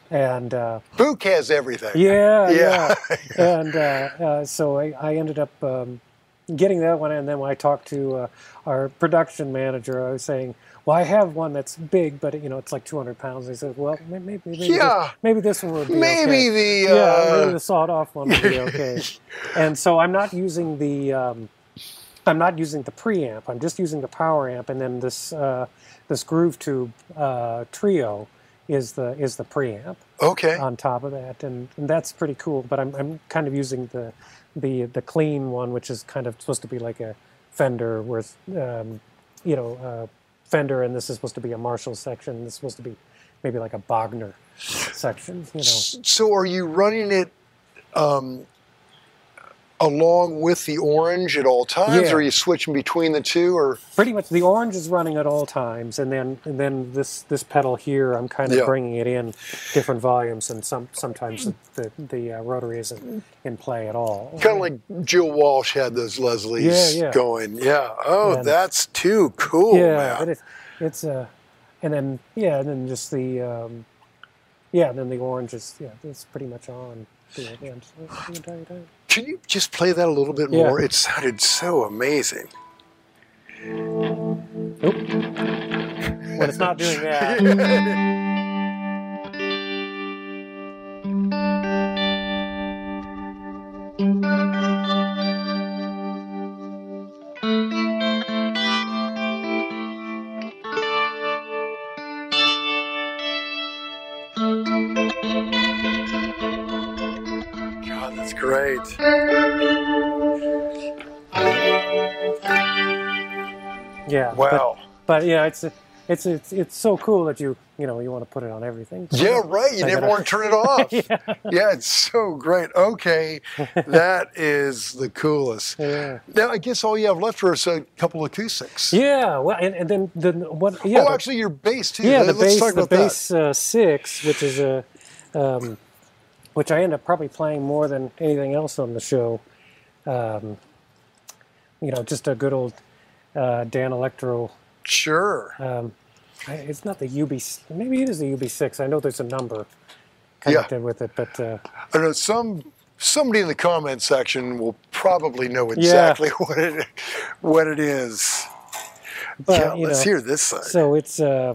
D: And uh,
A: Book has everything.
D: yeah,
A: Yeah.
D: yeah. and uh, uh, so I, I ended up, um, getting that one, and then when I talked to uh, our production manager, I was saying, "Well, I have one that's big, but you know, it's like 200 pounds." He said, "Well, may- maybe, maybe,
A: Yeah.
D: this, maybe this one would be okay.
A: Maybe the.
D: yeah, maybe
A: Uh,
D: the sawed-off one would be okay." and so I'm not using the um, I'm not using the preamp. I'm just using the power amp, and then this uh, this Groove Tube uh, Trio is the is the preamp
A: okay.
D: on top of that, and, and that's pretty cool. But I'm, I'm kind of using the the the clean one, which is kind of supposed to be like a Fender with um, you know uh, Fender, and this is supposed to be a Marshall section. This is supposed to be maybe like a Bogner section. You know,
A: S- So are you running it um, along with the orange at all times,
D: Yeah.
A: or are you switching between the two? Or
D: pretty much the orange is running at all times, and then and then this this pedal here, I'm kind of
A: Yeah.
D: bringing it in different volumes, and some sometimes the the, the uh, rotary isn't in play at all.
A: kind of like Jill Walsh had those Leslie's
D: Yeah, yeah.
A: going. Yeah. Oh,
D: And-
A: that's too cool,
D: yeah,
A: Oh, man.
D: it is. It's uh, and then yeah, and then just the um, yeah, and then the orange is yeah, it's pretty much on the, the, the entire time.
A: Can you just play that a little bit
D: Yeah.
A: more? It sounded so amazing.
D: When it's not doing that,
A: God, that's great.
D: yeah.
A: Wow.
D: But, but yeah, it's it's it's it's so cool that you you know you want to put it on everything.
A: Yeah, right. You
D: I
A: never
D: gotta-
A: want to turn it off.
D: Yeah.
A: yeah, it's so great. Okay, that is the coolest.
D: Yeah.
A: Now, I guess all you have left for us a couple acoustics.
D: Yeah. Well, and, and then then what? Yeah.
A: oh,
D: the-
A: actually, your bass too.
D: yeah,
A: Let-
D: the
A: Let's
D: bass,
A: talk
D: the
A: about that.
D: bass uh, six, which is a, um, which I end up probably playing more than anything else on the show. Um, you know, just a good old uh, Dan Electro.
A: Sure.
D: Um, I- it's not the UB. Maybe it is the UB six. I know there's a number
A: Yeah.
D: connected with it, but uh,
A: I know some somebody in the comment section will probably know
D: Yeah.
A: exactly what it what it is.
D: but
A: yeah,
D: you
A: let's
D: know,
A: hear this side.
D: so it's. Uh,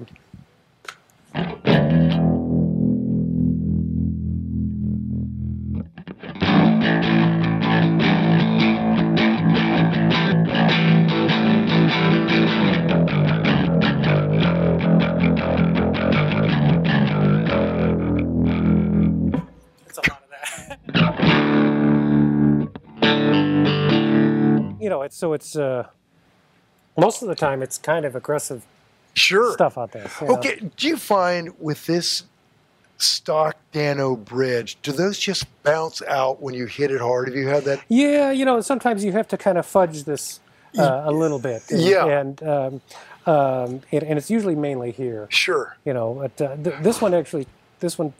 C: It's a lot of that.
D: you know, it's so it's. Uh, most of the time, it's kind of aggressive
A: sure.
D: stuff out there. you know.
A: Okay. Do you find with this stock Dano bridge, do those just bounce out when you hit it hard? Have you had that?
D: Yeah, you know, sometimes you have to kind of fudge this uh, a little bit. And,
A: Yeah.
D: And, um, um, and, and it's usually mainly here,
A: Sure.
D: you know, but uh, th- this one actually, this one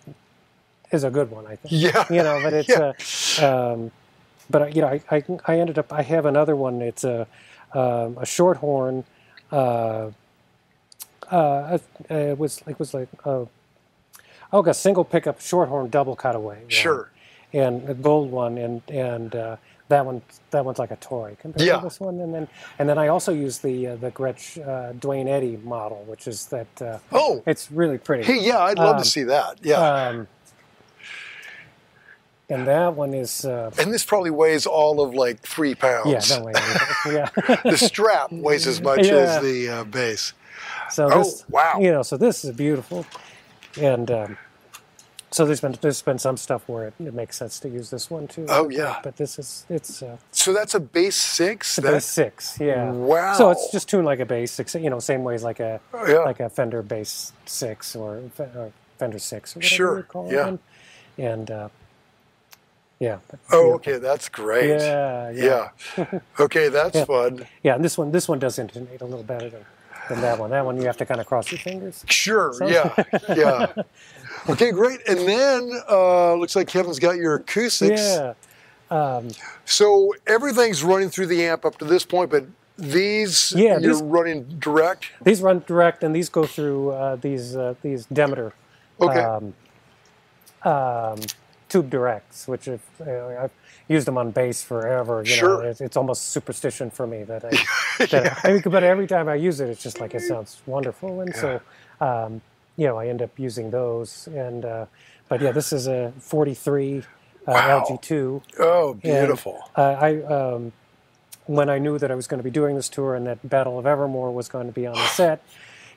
D: is a good one, I think.
A: Yeah.
D: You know, but it's, uh, um, but uh, you know, I, I, I ended up, I have another one. It's a, um, a short horn. Uh, uh, uh, it was like, was like, uh, oh, like a single pickup short horn double cutaway. one
A: Sure.
D: and a gold one, and and uh, that one that one's like a toy compared
A: Yeah.
D: to this one. And then and then I also use the uh, the Gretsch uh, Dwayne Eddy model, which is that uh,
A: Oh.
D: it's really pretty.
A: Hey, yeah, I'd love
D: Um,
A: to see that. Yeah.
D: Um, and that one is uh,
A: and this probably weighs all of like three pounds.
D: yeah, that way yeah.
A: the strap weighs as much
D: Yeah.
A: as the uh, base.
D: So
A: Oh,
D: this,
A: wow.
D: You know, so this is beautiful, and um, so there's been there's been some stuff where it, it makes sense to use this one too.
A: Oh, yeah.
D: but this is it's. Uh,
A: So that's a base six.
D: Base
A: That's
D: six, yeah.
A: Wow.
D: So it's just tuned like a bass six, you know, same way as like a
A: yeah.
D: like a Fender bass six or, Fe- or Fender six or whatever
A: Sure,
D: you call
A: yeah.
D: them. And uh, yeah. but
A: oh,
D: beautiful.
A: okay. That's great.
D: Yeah, yeah, yeah.
A: Yeah. Okay, that's fun.
D: and this one this one does intonate a little better than, than that one. That one you have to kind of cross your fingers.
A: Sure. Yeah. Yeah. Okay, great. And then uh, looks like Kevin's got your acoustics.
D: Yeah.
A: So everything's running through the amp up to this point, but these
D: Yeah,
A: you're
D: these-
A: running direct.
D: These run direct, and these Uh, go through uh, these uh, these Demeter
A: Okay.
D: um, um, tube directs, which if, you know, I've used them on bass forever. You
A: Sure.
D: know, it's, it's almost superstition for me that I, that I, I mean, but every time I use it, it's just like it sounds wonderful, and so um, you know I end up using those. And uh, but yeah, this is a 43 uh,
A: Wow.
D: LG2.
A: Oh, beautiful.
D: Uh, I um, when I knew that I was going to be doing this tour and that Battle of Evermore was going to be on the set,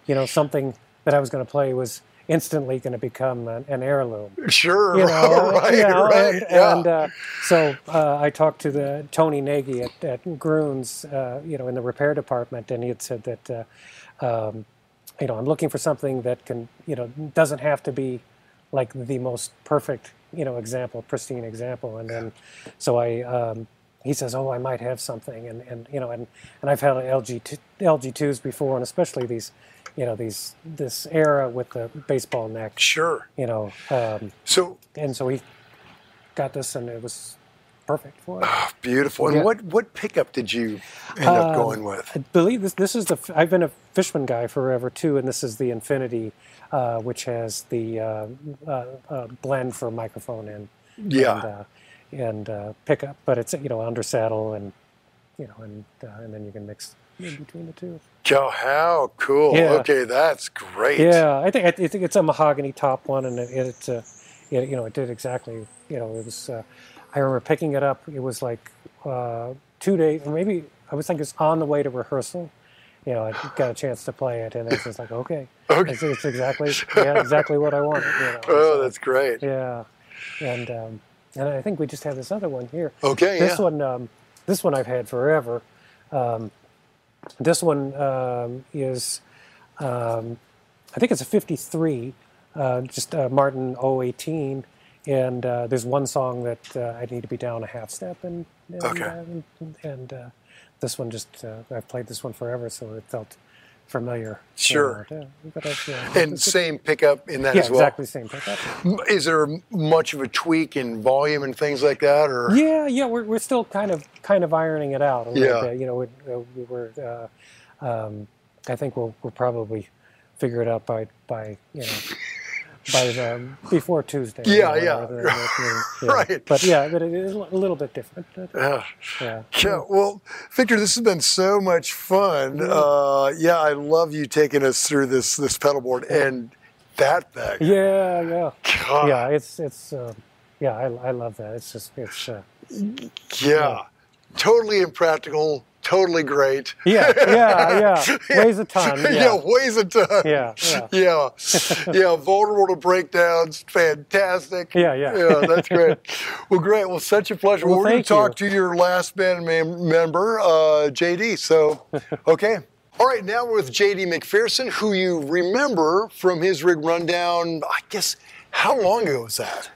D: you know, something that I was going to play was instantly going to become an, an heirloom.
A: Sure.
D: You know,
A: right.
D: you know,
A: right.
D: and,
A: yeah.
D: and, uh, so uh, I talked to the Tony Nagy at, at Groon's, uh, you know, in the repair department, and he had said that, uh, um, you know, I'm looking for something that can, you know, doesn't have to be like the most perfect, you know, example, pristine example. And then, so I, um, he says, oh, I might have something, and, and you know, and, and I've had LG t- LG twos before, and especially these, you know, these this era with the baseball neck,
A: sure.
D: you know. Um,
A: So
D: and so he got this and it was perfect for it.
A: oh, beautiful. And
D: Yeah.
A: what what pickup did you end up
D: Um,
A: going with?
D: I believe this this is the f- I've been a fishman guy forever too and this is the Infinity uh, which has the uh, uh, uh, blend for microphone and and,
A: Yeah.
D: uh, and uh, pickup but it's you know under saddle and you know and uh, and then you can mix in between the two.
A: Joe, how cool.
D: Yeah.
A: Okay, that's great.
D: Yeah, I think I think it's a mahogany top one, and it, it, uh, it you know it did exactly you know it was. Uh, I remember picking it up. It was like uh, two days, or maybe I was thinking it was on the way to rehearsal. You know, I got a chance to play it, and it's just like okay,
A: Okay.
D: it's, it's exactly yeah, exactly what I wanted. You know?
A: Oh,
D: So,
A: that's great.
D: yeah, and um, and I think we just had this other one here.
A: Okay.
D: This
A: yeah.
D: one, um, this one I've had forever. Um, this one um, is, um, I think it's a '53, uh, just uh, Martin 018, and uh, there's one song that uh, I need to be down a half step, and and,
A: Okay.
D: uh, and, and, uh, this one just uh, I've played this one forever, so it felt familiar.
A: Sure.
D: And, uh, but I, yeah,
A: And
D: it's-
A: same pickup in that
D: yeah,
A: as well.
D: exactly same pickup.
A: M- Is there m- much of a tweak in volume and things like that, or
D: Yeah, yeah, we're, we're still kind of kind of ironing it out a little
A: Yeah.
D: bit. You know, we, uh, we were. Uh, um, I think we'll we'll probably figure it out by by you know by the, um, before Tuesday. you
A: Yeah,
D: know,
A: yeah.
D: rather than that, you know,
A: Right.
D: But yeah, but it is a little bit different. but, uh,
A: Yeah.
D: yeah.
A: Yeah, well, Victor, this has been so much fun. Uh, yeah, I love you taking us through this this pedal board and that thing.
D: Yeah, yeah,
A: God,
D: yeah. It's it's um, yeah. I, I love that. It's just it's uh,
A: yeah. totally impractical, totally great.
D: yeah, yeah, yeah. Weighs a ton.
A: Yeah,
D: Yeah,
A: weighs a ton.
D: yeah, yeah.
A: yeah, yeah, vulnerable to breakdowns. Fantastic.
D: Yeah, yeah.
A: Yeah, that's great. well, great. Well, such a pleasure.
D: Well,
A: We're going to
D: thank you.
A: talk to your last band mem- member, uh, JD. So, okay. All right, now we're with JD McPherson, who you remember from his rig rundown. I guess, how long ago was that?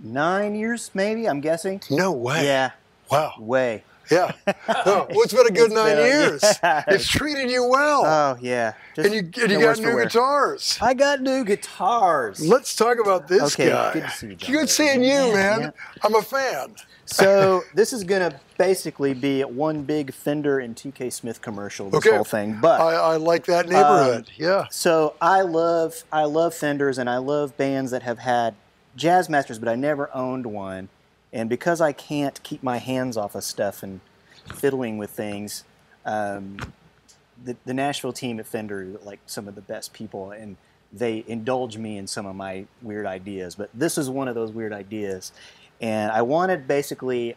E: Nine years, maybe, I'm guessing.
A: No way.
E: Yeah,
A: Wow.
E: way.
A: Yeah. No, well, it's been a good
E: It's
A: nine
E: been a-
A: years.
E: yeah.
A: It's treated you well.
E: Oh, yeah. Just
A: and you, and you
E: no
A: got
E: worse for
A: new
E: wear.
A: guitars.
E: I got new guitars.
A: Let's talk about this
E: Okay,
A: guy.
E: good to see you, John.
A: Good seeing you,
E: Yeah,
A: man.
E: yeah.
A: I'm a fan.
E: So this is going to basically be one big Fender and TK Smith commercial, this whole thing. But
A: I, I like
E: Um,
A: that neighborhood. yeah.
E: So I love I love Fenders and I love bands that have had Jazz Masters, but I never owned one. And because I can't keep my hands off of stuff and fiddling with things, um, the, the Nashville team at Fender are like some of the best people, and they indulge me in some of my weird ideas. But this is one of those weird ideas, and I wanted basically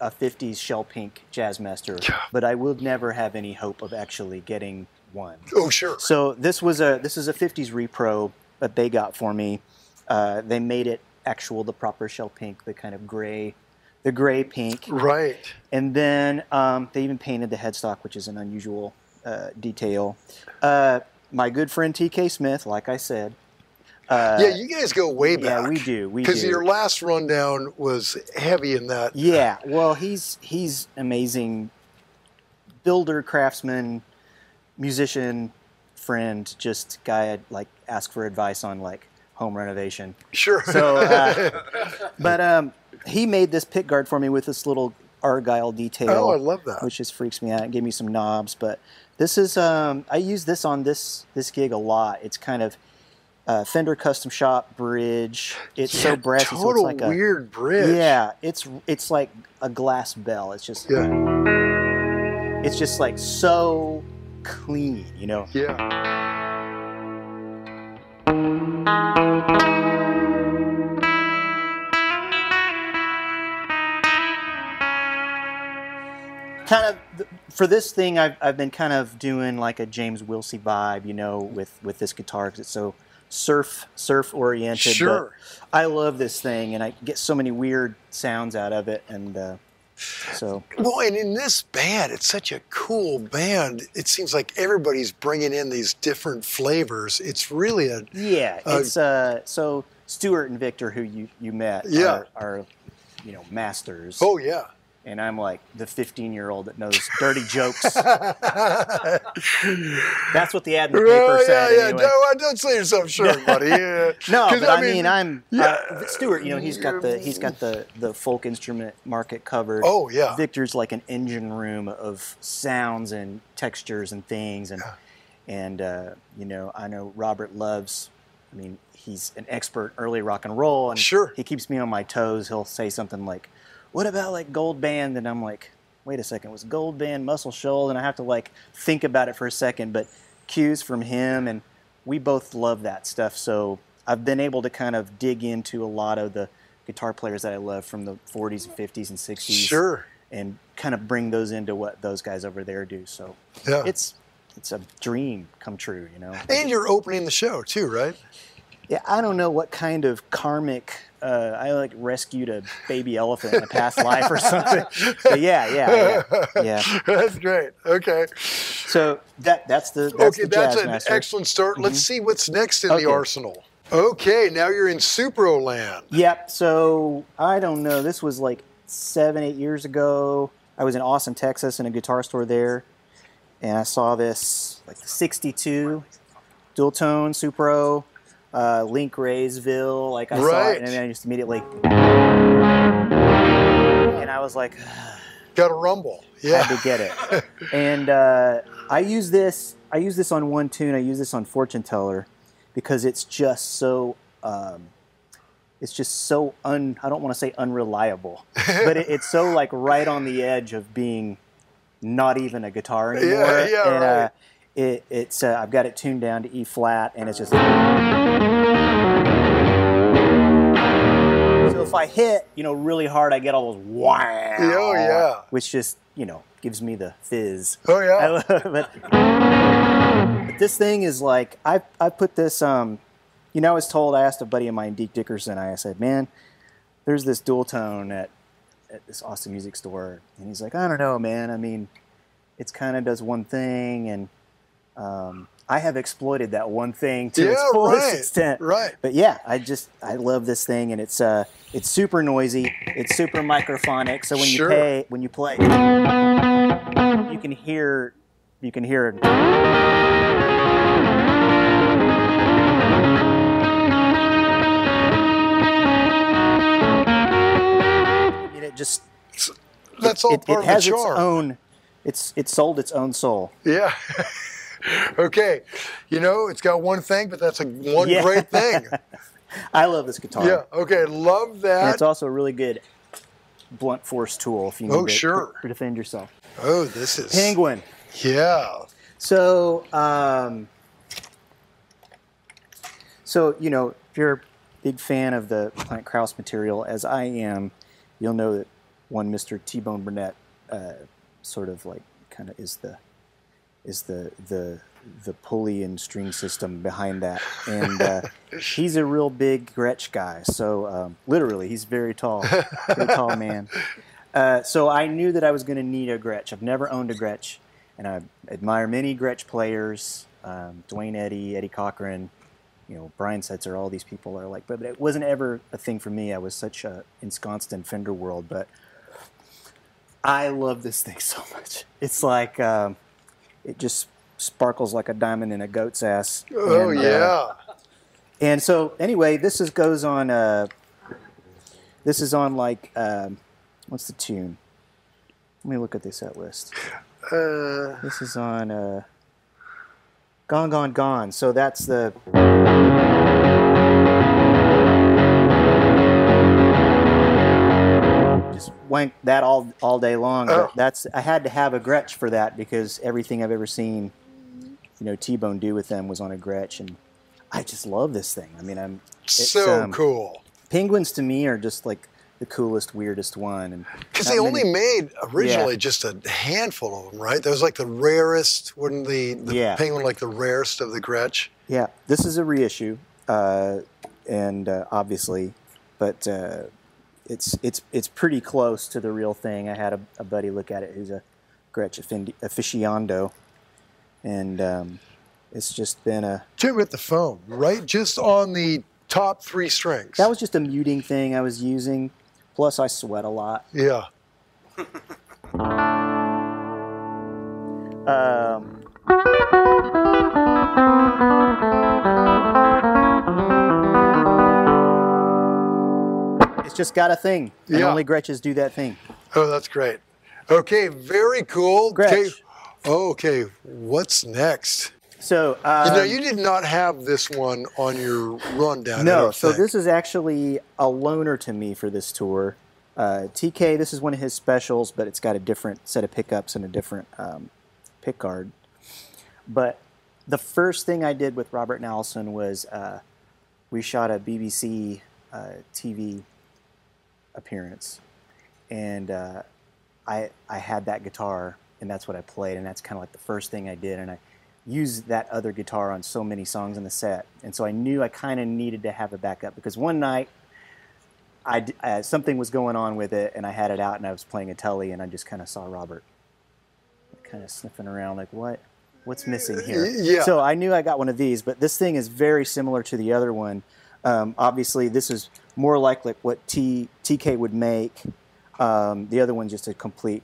E: a 50s shell pink Jazz Master, but I would never have any hope of actually getting one.
A: Oh, sure.
E: So this was a this is a '50s repro that they got for me. Uh, they made it actual, the proper shell pink, the kind of gray, the gray pink,
A: Right.
E: and then um, they even painted the headstock, which is an unusual uh, detail. Uh, my good friend TK Smith, like I said, uh,
A: yeah, you guys go way back.
E: yeah, we do, we
A: Because
E: do.
A: your last rundown was heavy in that.
E: Yeah, well, he's he's amazing builder, craftsman, musician, friend, just guy I'd like ask for advice on like home renovation.
A: Sure.
E: So, uh, but um, he made this pick guard for me with this little argyle detail.
A: oh, I love that.
E: Which just freaks me out. It gave me some knobs, but this is um, I use this on this this gig a lot. It's kind of uh, Fender Custom Shop bridge. It's
A: Yeah,
E: so brassy, so it's
A: Total
E: like a
A: weird bridge.
E: yeah. It's it's like a glass bell. It's just
A: Yeah.
E: it's just like so clean, you know.
A: Yeah.
E: kind of th- for this thing I've, I've been kind of doing like a james wilsey vibe you know with with this guitar because it's so surf surf oriented but
A: Sure.
E: i love this thing and i get so many weird sounds out of it and uh, so
A: Well, and in this band, it's such a cool band. It seems like everybody's bringing in these different flavors. It's really a
E: yeah
A: Uh,
E: it's uh so stuart and victor who you you met
A: Yeah.
E: are, are you know masters
A: oh yeah.
E: and i'm like the 15 year old that knows dirty jokes that's what the ad in the paper
A: Well, yeah,
E: said
A: yeah.
E: anyway.
A: No, I don't say yourself short, buddy. Yeah.
E: No,
A: 'Cause,
E: but I mean, I'm
A: yeah.
E: uh, Stuart. You know, he's got the he's got the the folk instrument market covered.
A: Oh yeah.
E: Victor's like an engine room of sounds and textures and things, and and uh, you know, I know Robert loves. I mean, he's an expert early rock and roll, and
A: Sure.
E: he keeps me on my toes. He'll say something like, "What about like Gold Band?" And I'm like, "Wait a second, was Gold Band Muscle Shoals?" And I have to like think about it for a second, but cues from him and we both love that stuff. So I've been able to kind of dig into a lot of the guitar players that I love from the 40s and 50s and 60s,
A: Sure.
E: and kind of bring those into what those guys over there do. So
A: Yeah.
E: it's it's a dream come true, you know.
A: and you're opening the show too, right?
E: Yeah, I don't know what kind of karmic. Uh, I like rescued a baby elephant in a past life or something. But yeah, yeah, yeah, yeah.
A: that's great. Okay.
E: So that that's the that's
A: okay,
E: the
A: that's
E: jazz
A: an
E: master. Mm-hmm.
A: excellent start. Let's see what's next in
E: Okay.
A: the arsenal. Okay, now you're in Supro land.
E: Yep. So I don't know. This was like seven, eight years ago. I was in Austin, Texas, in a guitar store there, and I saw this like the '62 dual tone Supro, uh, Link Raysville. Like I saw
A: Right.
E: it, and then I just immediately, and I was like,
A: Got a rumble. Yeah.
E: had to get it. and uh, I use this. I use this on one tune. I use this on Fortune Teller because it's just so. Um, it's just so un. I don't want to say unreliable, but it, it's so like right on the edge of being not even a guitar
A: Yeah,
E: anymore.
A: yeah,
E: and,
A: right.
E: uh, it, it's uh, I've got it tuned down to E flat, and it's just. So if I hit, you know, really hard, I get all those wow.
A: Oh, yeah.
E: Which just, you know, gives me the fizz.
A: Oh
E: I
A: yeah.
E: love it. But this thing is like I I put this um, you know, I was told I asked a buddy of mine, Deke Dickerson. I said, man, there's this dual tone at at this Austin music store, and he's like, I don't know, man. I mean, it's kind of does one thing, and um, I have exploited that one thing to its
A: Yeah,
E: fullest
A: right.
E: extent
A: Right.
E: but yeah, I just I love this thing, and it's uh it's super noisy, it's super microphonic. So when
A: Sure.
E: you pay, when you play, you can hear you can hear it. And It just
A: That's all
E: it,
A: part
E: it has
A: of the
E: its
A: charm.
E: own. It's it sold its own soul.
A: Yeah. okay. You know, it's got one thing, but that's a one
E: Yeah.
A: great thing.
E: I love this guitar.
A: yeah. Okay. Love
E: And
A: that.
E: it's also a really good blunt force tool if you need
A: Oh,
E: to
A: sure.
E: to defend yourself.
A: oh, this is.
E: Penguin.
A: Yeah.
E: So, um, so you know, if you're a big fan of the Plant Krause material, as I am, you'll know that one Mr. T-Bone Burnett, uh, sort of like kind of is the is the the the pulley and string system behind that, and uh, he's a real big Gretsch guy. So um, literally, he's very tall, very tall man. Uh, so I knew that I was going to need a Gretsch. I've never owned a Gretsch, and I admire many Gretsch players, um, Dwayne Eddy, Eddie Cochran, you know, Brian Setzer. All these people are like, but, but it wasn't ever a thing for me. I was such a ensconced in Fender world, but I love this thing so much. It's like um, it just sparkles like a diamond in a goat's ass.
A: Oh
E: and, uh,
A: yeah.
E: and so, anyway, this is goes on. Uh, this is on like um, what's the tune? Let me look at the set list.
A: Uh,
E: This is on uh, Gone, Gone, Gone. So that's the. wank that all all day long.
A: Oh.
E: But that's I had to have a Gretsch for that because everything I've ever seen, you know, T Bone do with them was on a Gretsch, and I just love this thing. I mean, I'm
A: so
E: um,
A: cool.
E: penguins to me are just like the coolest, weirdest one, and
A: Because
E: not
A: they
E: many-
A: only made originally just a handful of them, right? That was like the rarest, wouldn't the, the
E: Yeah.
A: penguin like the rarest of the Gretsch?
E: Yeah, this is a reissue, uh, and uh, obviously, but uh, it's it's it's pretty close to the real thing. I had a, a buddy look at it who's a Gretsch affind- aficionado, and um, it's just been a
A: Jim with the foam, right? Just on the top three strings.
E: that was just a muting thing I was using. Plus, I sweat a lot.
A: yeah.
E: Um, it's just got a thing, and
A: Yeah.
E: only Gretches do that thing.
A: Oh, that's great. Okay, very cool. Okay.
E: Gretsch.
A: Okay, what's next?
E: So um,
A: now you did not have this one on your rundown. I
E: no,
A: don't
E: so
A: think.
E: this is actually a loaner to me for this tour. Uh, TK, this is one of his specials, but it's got a different set of pickups and a different um, pick guard. But the first thing I did with Robert Nelson was uh, we shot a BBC uh, TV appearance, and uh, I I had that guitar, and that's what I played, and that's kind of like the first thing I did, and I used that other guitar on so many songs in the set, and so I knew I kind of needed to have a backup because one night. I d- uh, something was going on with it, and I had it out, and I was playing a telly, and I just kind of saw Robert, kind of sniffing around, like, "What? What's missing here?"
A: Yeah.
E: So I knew I got one of these, but this thing is very similar to the other one. Um, obviously, this is more like, like what T, TK would make. Um, the other one's just a complete,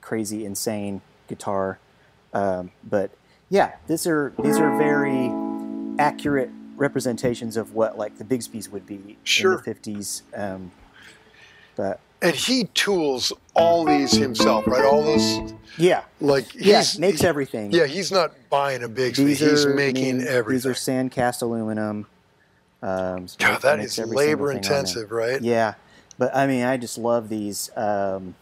E: crazy, insane guitar. Um, but yeah, these are these are very accurate representations of what like the Bigsby's would be in
A: Sure.
E: the fifties. Um, but
A: and he tools all these himself, right? All those
E: yeah,
A: like
E: yeah,
A: he's
E: makes
A: he-
E: everything.
A: Yeah, he's not buying a big.
E: These
A: he's
E: are- I
A: making
E: mean, These
A: everything.
E: are sandcast aluminum. Um, so
A: God, that
E: makes
A: is
E: every single
A: labor
E: thing on there.
A: intensive, right?
E: Yeah, but I mean, I just love these. Um,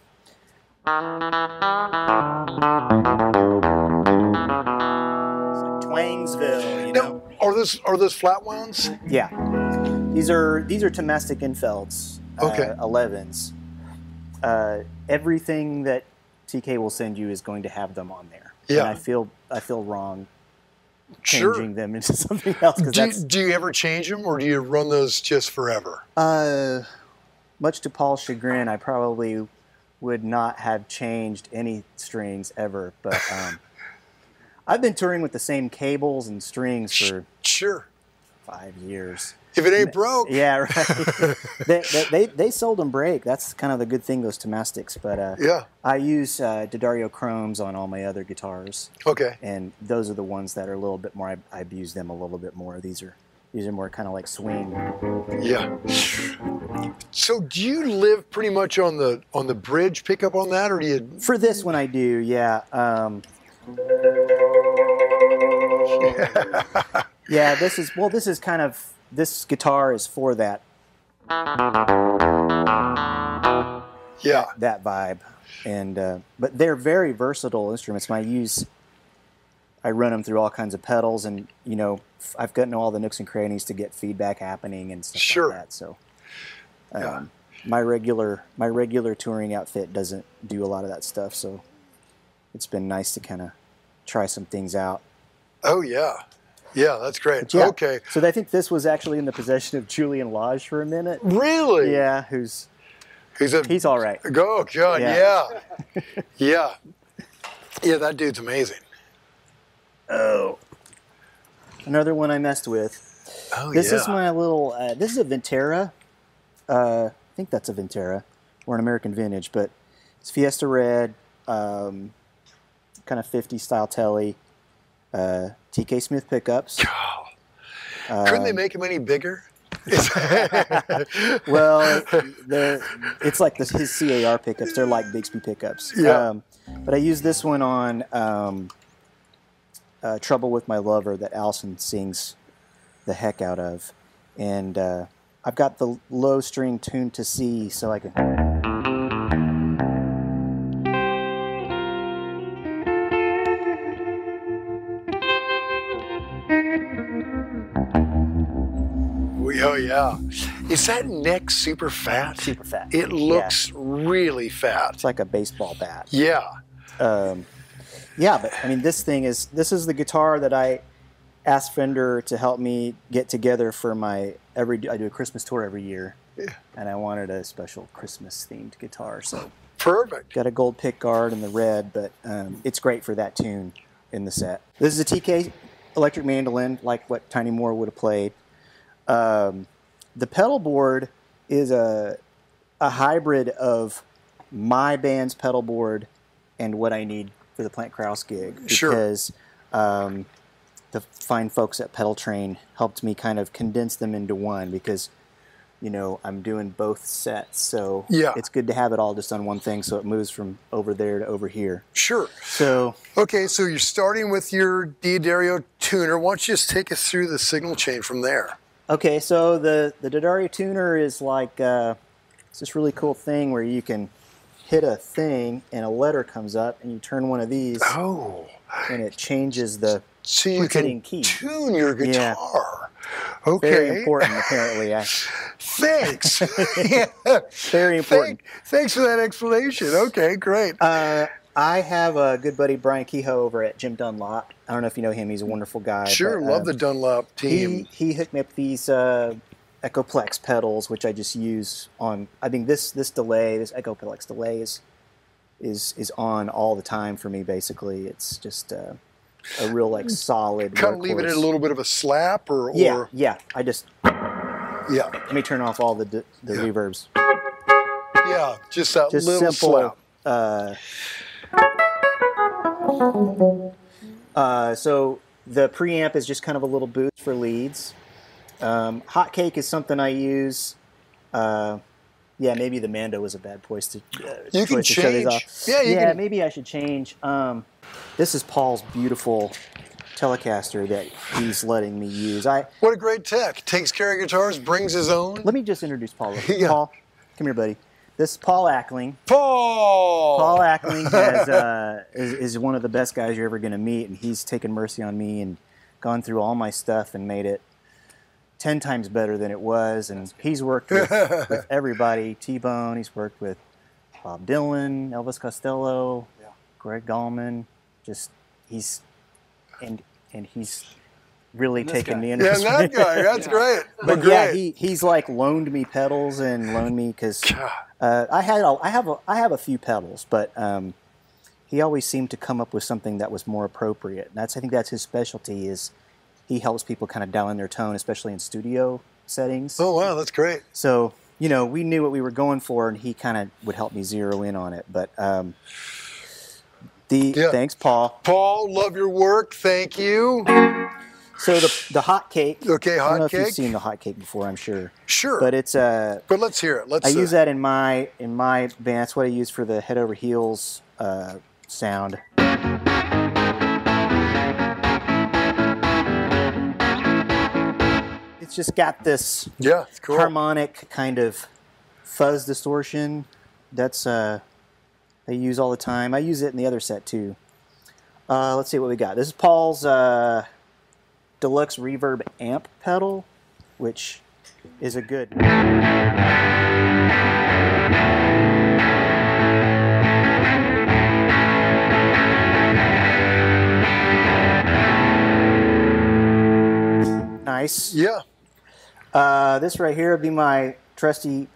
E: it's like Twangsville, you know.
A: Now, are those are those flat ones?
E: Yeah, these are these are Tomestic Infelds uh,
A: Okay.
E: elevens. Uh, everything that TK will send you is going to have them on there.
A: Yeah.
E: and I feel I feel wrong changing
A: Sure.
E: them into something else because
A: Do,
E: that's
A: do you ever change them, or do you run those just forever?
E: Uh, much to Paul's chagrin, I probably would not have changed any strings ever. But um, I've been touring with the same cables and strings for
A: Sure.
E: five years.
A: If it ain't broke,
E: Yeah, right. they, they, they, they seldom break. That's kind of the good thing, those Tomastics. But uh,
A: yeah.
E: I use uh, Daddario Chromes on all my other guitars,
A: Okay.
E: and those are the ones that are a little bit more. I, I abuse them a little bit more. These are these are more kind of like swing.
A: Yeah. So do you live pretty much on the on the bridge pickup on that, or do you?
E: For this one, I do, yeah. Um, yeah, this is well. This is kind of this guitar is for that
A: Yeah.
E: that vibe, and uh, but they're very versatile instruments. My use, I run them through all kinds of pedals, and you know, f- I've gotten all the nooks and crannies to get feedback happening and stuff
A: Sure.
E: like that. So, um, my regular my regular touring outfit doesn't do a lot of that stuff, so it's been nice to kind of try some things out.
A: Oh yeah. Yeah, that's great.
E: But yeah.
A: Okay.
E: So I think this was actually in the possession of Julian Lodge for a minute.
A: Really?
E: Yeah, who's
A: He's a
E: he's all right.
A: go. God. Yeah.
E: Yeah.
A: Yeah. Yeah. That dude's amazing.
E: Oh. Another one I messed with.
A: Oh
E: This
A: yeah.
E: is my little. Uh, this is a Ventera. Uh, I think that's a Ventera or an American Vintage, but it's Fiesta Red, um, kind of 50 style telly, uh, TK Smith pickups.
A: God. Couldn't they
E: Um,
A: make him any bigger?
E: well, the, it's like the, his CAR pickups. They're like Bixby pickups.
A: Yeah.
E: Um, but I used this one on um, uh, "Trouble with My Lover" that Allison sings the heck out of, and uh, I've got the low string tuned to C, so I can.
A: Oh yeah. Is that neck super fat?
E: Super fat.
A: It
E: Yeah.
A: looks really fat.
E: It's like a baseball bat.
A: Yeah.
E: um, yeah, but I mean, this thing is this is the guitar that I asked Fender to help me get together for my every. I do a Christmas tour every year, and I wanted a special Christmas themed guitar. So
A: Perfect.
E: got a gold pick guard and the red, but um, it's great for that tune in the set. This is a TK electric mandolin, like what Tiny Moore would have played. Um, the pedal board is a a hybrid of my band's pedal board and what I need for the Plant Kraus gig
A: Sure.
E: because um, the fine folks at Pedal Train helped me kind of condense them into one because you know I'm doing both sets, so
A: Yeah.
E: it's good to have it all just on one thing, so it moves from over there to over here.
A: Sure.
E: So
A: Okay, so you're starting with your D'Addario tuner. Why don't you just take us through the signal chain from there?
E: Okay, so the the Dodario tuner is like uh, it's this really cool thing where you can hit a thing and a letter comes up, and you turn one of these,
A: Oh.
E: and it changes the.
A: So you can
E: Rotating key.
A: tune your
E: Yeah.
A: guitar.
E: Very
A: Okay.
E: important, apparently. I,
A: Thanks. yeah.
E: very important.
A: Thank, thanks for that explanation. Okay, great.
E: Uh, I have a good buddy Brian Kehoe over at Jim Dunlop. I don't know if you know him; he's a wonderful guy.
A: sure,
E: but,
A: love
E: um,
A: the Dunlop team.
E: He he hooked me up with these uh, Echoplex pedals, which I just use on. I think this this delay, this Echoplex delay is is is on all the time for me. Basically, it's just uh, a real like solid.
A: kind of leaving Hmm. it
E: workhorse.
A: at a little bit of a slap or,
E: Yeah,
A: or
E: yeah. I just
A: yeah.
E: let me turn off all the d- the
A: Yeah.
E: reverbs.
A: Yeah, just that
E: Just
A: little
E: simple.
A: slap.
E: Uh, uh, so the preamp is just kind of a little boost for leads. Um, Hotcake is something I use. Uh, yeah, maybe the Mando was a bad voice to. Uh,
A: You can
E: choice to show these
A: change.
E: off.
A: Yeah, you
E: yeah.
A: can-
E: Maybe I should change. Um, this is Paul's beautiful Telecaster that he's letting me use. I
A: What a great tech. Takes care of guitars, brings his own.
E: let me just introduce Paul. real quick.
A: Yeah.
E: Paul, come here, buddy. This is Paul Ackling.
A: Paul!
E: Paul Ackling has, uh, is, is one of the best guys you're ever going to meet, and he's taken mercy on me and gone through all my stuff and made it ten times better than it was. And he's worked with, with everybody: T-Bone. He's worked with Bob Dylan, Elvis Costello, Greg Gallman. Just he's and and he's really
C: this
E: taken
C: guy.
E: me under
A: yeah,
E: his wing.
A: that guy. That's great.
E: But
A: great.
E: yeah, he, he's like loaned me pedals and loaned me because
A: God.
E: uh, I had a, I have a, I have a few pedals, but um, he always seemed to come up with something that was more appropriate. And that's I think that's his specialty is he helps people kind of dial in their tone, especially in studio settings.
A: Oh, wow, that's great.
E: So you know we knew what we were going for, and he kind of would help me zero in on it. But um, the
A: Yeah.
E: thanks, Paul.
A: Paul, love your work. Thank you.
E: So the the hot cake.
A: Okay,
E: I don't know if
A: hotcake.
E: you've seen the hot cake before, I'm sure,
A: Sure.
E: but
A: But,
E: it's uh
A: let's hear it. Let's
E: I
A: uh,
E: use that in my in my band. That's what I use for the head over heels uh, sound. It's just got this
A: Yeah, it's cool.
E: harmonic kind of fuzz distortion. That's uh, I use all the time. I use it in the other set too. Uh, let's see what we got. This is Paul's uh, deluxe reverb amp pedal, which is a good. Nice.
A: yeah.
E: Uh, this right here would be my trusty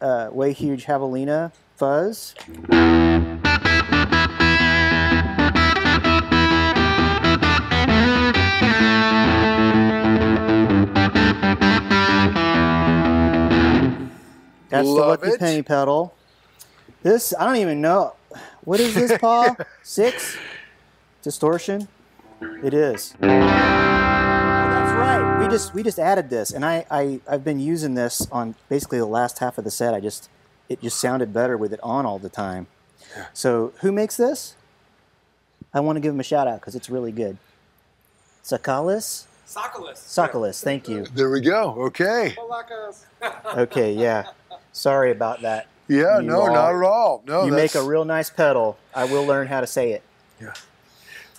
E: uh, way huge javelina fuzz. That's
A: Love
E: the lucky
A: it.
E: penny pedal. This I don't even know. What is this, Paul? Six distortion. It is. That's right. We just we just added this, and I, I I've been using this on basically the last half of the set. I just it just sounded better with it on all the time. So who makes this? I want to give him a shout out because it's really good. Sakalis,
C: Sokolis.
E: Sakalis, thank you.
A: There we go. Okay.
C: Polacos.
E: Okay, yeah. Sorry about that.
A: Yeah,
E: You
A: no,
E: all-
A: not at all. No,
E: you make
A: Oh, that's,
E: a real nice pedal. I will learn how to say it. Yeah.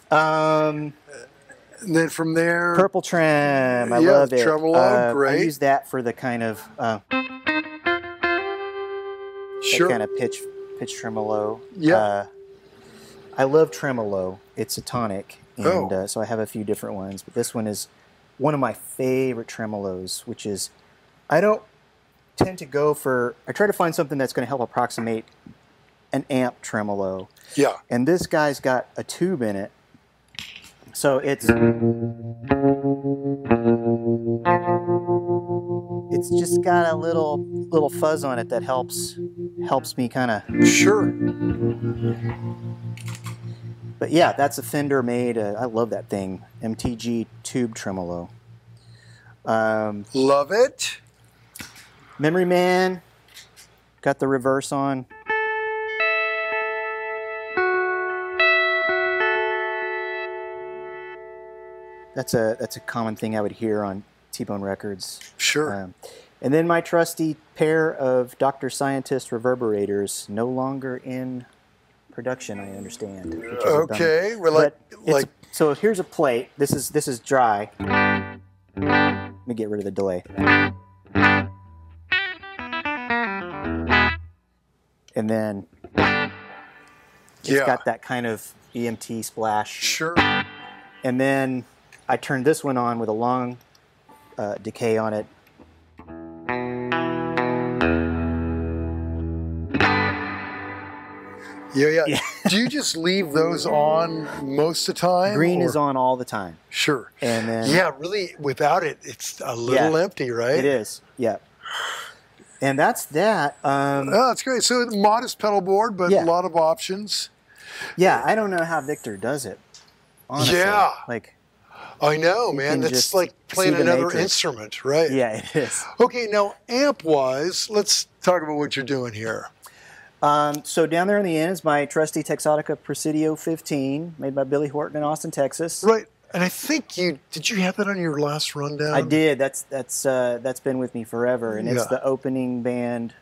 E: Um,
A: And then from there,
E: Purple trim, I
A: Yeah,
E: love it.
A: tremolo,
E: Uh, I
A: great.
E: use that for the kind of uh,
A: sure.
E: kind of pitch pitch tremolo.
A: Yeah.
E: Uh, I love tremolo. It's a tonic, and
A: Oh.
E: uh, so I have a few different ones, but this one is one of my favorite tremolos, which is I don't tend to go for. I try to find something that's going to help approximate an amp tremolo,
A: yeah.
E: and this guy's got a tube in it, so it's it's just got a little little fuzz on it that helps helps me kind of
A: Sure.
E: But yeah, that's a Fender made. Uh, I love that thing. MTG tube tremolo. Um,
A: Love it.
E: Memory Man got the reverse on. That's a that's a common thing I would hear on T-Bone Records.
A: Sure.
E: Um, and then my trusty pair of Dr. Scientist reverberators, no longer in production, I understand. which is a bummer.
A: okay. Well, like,
E: But it's-
A: like,
E: so here's a plate. This is this is dry. Let me get rid of the delay. And then it's
A: yeah.
E: got that kind of EMT splash.
A: Sure.
E: And then I turned this one on with a long uh, decay on it.
A: Yeah, yeah.
E: Yeah.
A: Do you just leave those on most of the time?
E: Green is
A: or-
E: on all the time.
A: Sure.
E: And then
A: Yeah, really, without it, it's a little empty, right?
E: it is. Yeah. And that's that. Um,
A: Oh, that's great. So modest pedal board, but
E: Yeah.
A: a lot of options.
E: Yeah, I don't know how Victor does it. Honestly.
A: Yeah.
E: Like,
A: I know, man.
E: can
A: That's
E: just
A: like playing
E: see the
A: another
E: matrix.
A: instrument, right?
E: yeah, it is.
A: Okay, now amp wise, let's talk about what you're doing here.
E: Um, so down there in the end is my trusty Texotica Presidio 15, made by Billy Horton in Austin, Texas.
A: Right. And I think you did you have that on your last rundown?
E: I did. That's that's uh, that's been with me forever, and it's
A: Yeah.
E: the opening band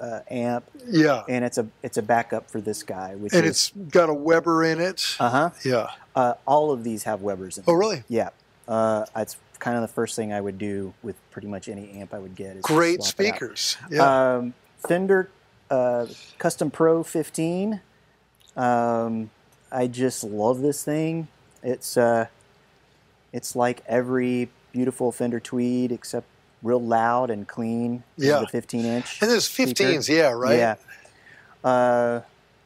E: uh, amp,
A: Yeah.
E: and it's a it's a backup for this guy, which
A: And
E: is
A: it's got a Weber in it.
E: uh huh.
A: yeah.
E: Uh, all of these have Webers in
A: Oh,
E: them.
A: really?
E: Yeah, uh, it's kind of the first thing I would do with pretty much any amp I would get. Is
A: Great
E: swap it out.
A: speakers. Yeah.
E: Um, Fender uh, Custom Pro 15. Um, I just love this thing. It's uh, it's like every beautiful Fender Tweed, except real loud and clean. with
A: Yeah.
E: the 15 inch.
A: and there's 15s. Yeah. Right.
E: Yeah. Uh,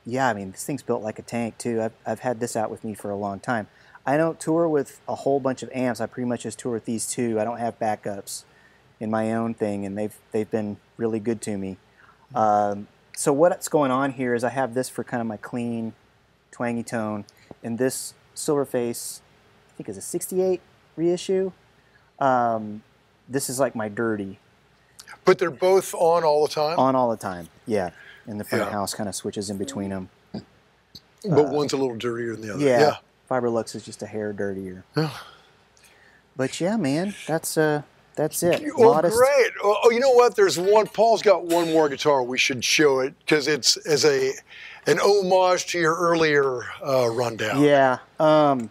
E: yeah, I mean, this thing's built like a tank, too. I've, I've had this out with me for a long time. I don't tour with a whole bunch of amps. I pretty much just tour with these two. I don't have backups in my own thing, and they've, they've been really good to me. Um, so, what's going on here is I have this for kind of my clean, twangy tone, and this Silverface, I think, is a 68 reissue. Um, this is like my dirty
A: But they're both on all the time.
E: on all the time. Yeah, and the front
A: Yeah.
E: house kind of switches in between them.
A: but one's a little dirtier than the other.
E: uh, Yeah, Fiberlux is just a hair dirtier.
A: Uh, Yeah.
E: But yeah, man, that's uh, that's it.
A: Oh, great! Oh, oh, you know what? There's one. Paul's got one more guitar. We should show it because it's as a an homage to your earlier uh, rundown.
E: Yeah. Um,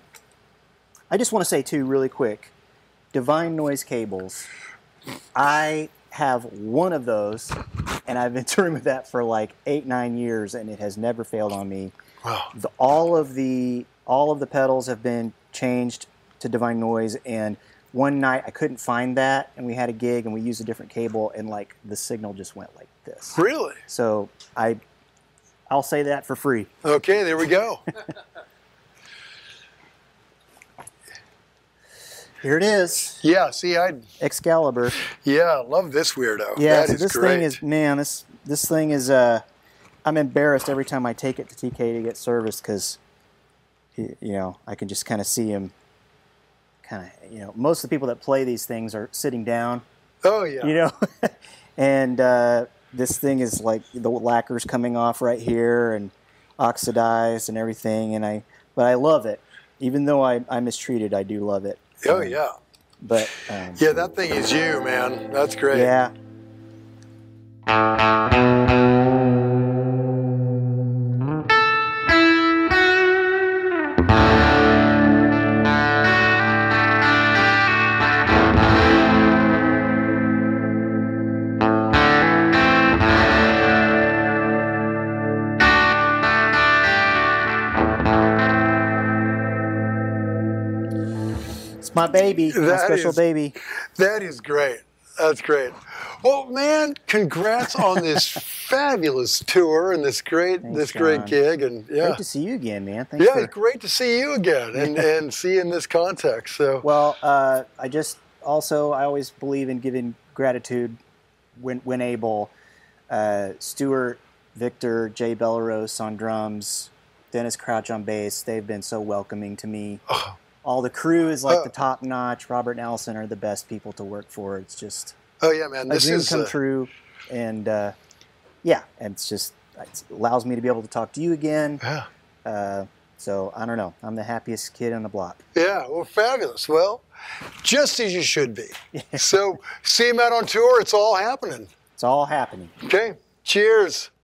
E: I just want to say too, really quick, Divine Noise cables. I have one of those, and I've been touring with that for like eight, nine years, and it has never failed on me.
A: Wow.
E: the, all of the all of the pedals have been changed to divine noise and one night i couldn't find that and we had a gig and we used a different cable and like the signal just went like this
A: Really?
E: so i i'll say that for free
A: Okay. There we go.
E: here it is
A: yeah. See, I
E: excalibur
A: yeah I love this weirdo.
E: yeah
A: That
E: so
A: is
E: this
A: great.
E: thing is man this this thing is uh i'm embarrassed every time i take it to tk to get serviced because you know i can just kind of see him kind of you know most of the people that play these things are sitting down
A: oh yeah.
E: you know and uh, this thing is like the lacquer's coming off right here and oxidized and everything and i but i love it even though i, I mistreated i do love it
A: Oh
E: Um,
A: yeah.
E: but um,
A: Yeah. That thing is you, man. That's great.
E: yeah It's my baby, my
A: That
E: special
A: is-
E: baby.
A: That is great. That's great. Well, man, congrats on this fabulous tour and this great
E: Thanks,
A: this great
E: John.
A: gig. And yeah,
E: Great to see you again, man. Thanks
A: yeah,
E: for
A: it's great to see you again and and see you in this context. So
E: Well, uh, I just also I always believe in giving gratitude when when able. Uh, Stuart, Victor, Jay Belarose on drums, Dennis Crouch on bass. They've been so welcoming to me.
A: Oh.
E: All the crew is like
A: Oh.
E: the top notch. Robert and Allison are the best people to work for. It's just
A: oh yeah, man,
E: a
A: this
E: dream
A: is
E: come
A: uh,
E: true, and uh, yeah, and it's just it allows me to be able to talk to you again.
A: yeah.
E: Uh, so I don't know. I'm the happiest kid on the block.
A: Yeah, well, fabulous. Well, just as you should be. so, see him out on tour. It's all happening.
E: It's all happening.
A: Okay, cheers.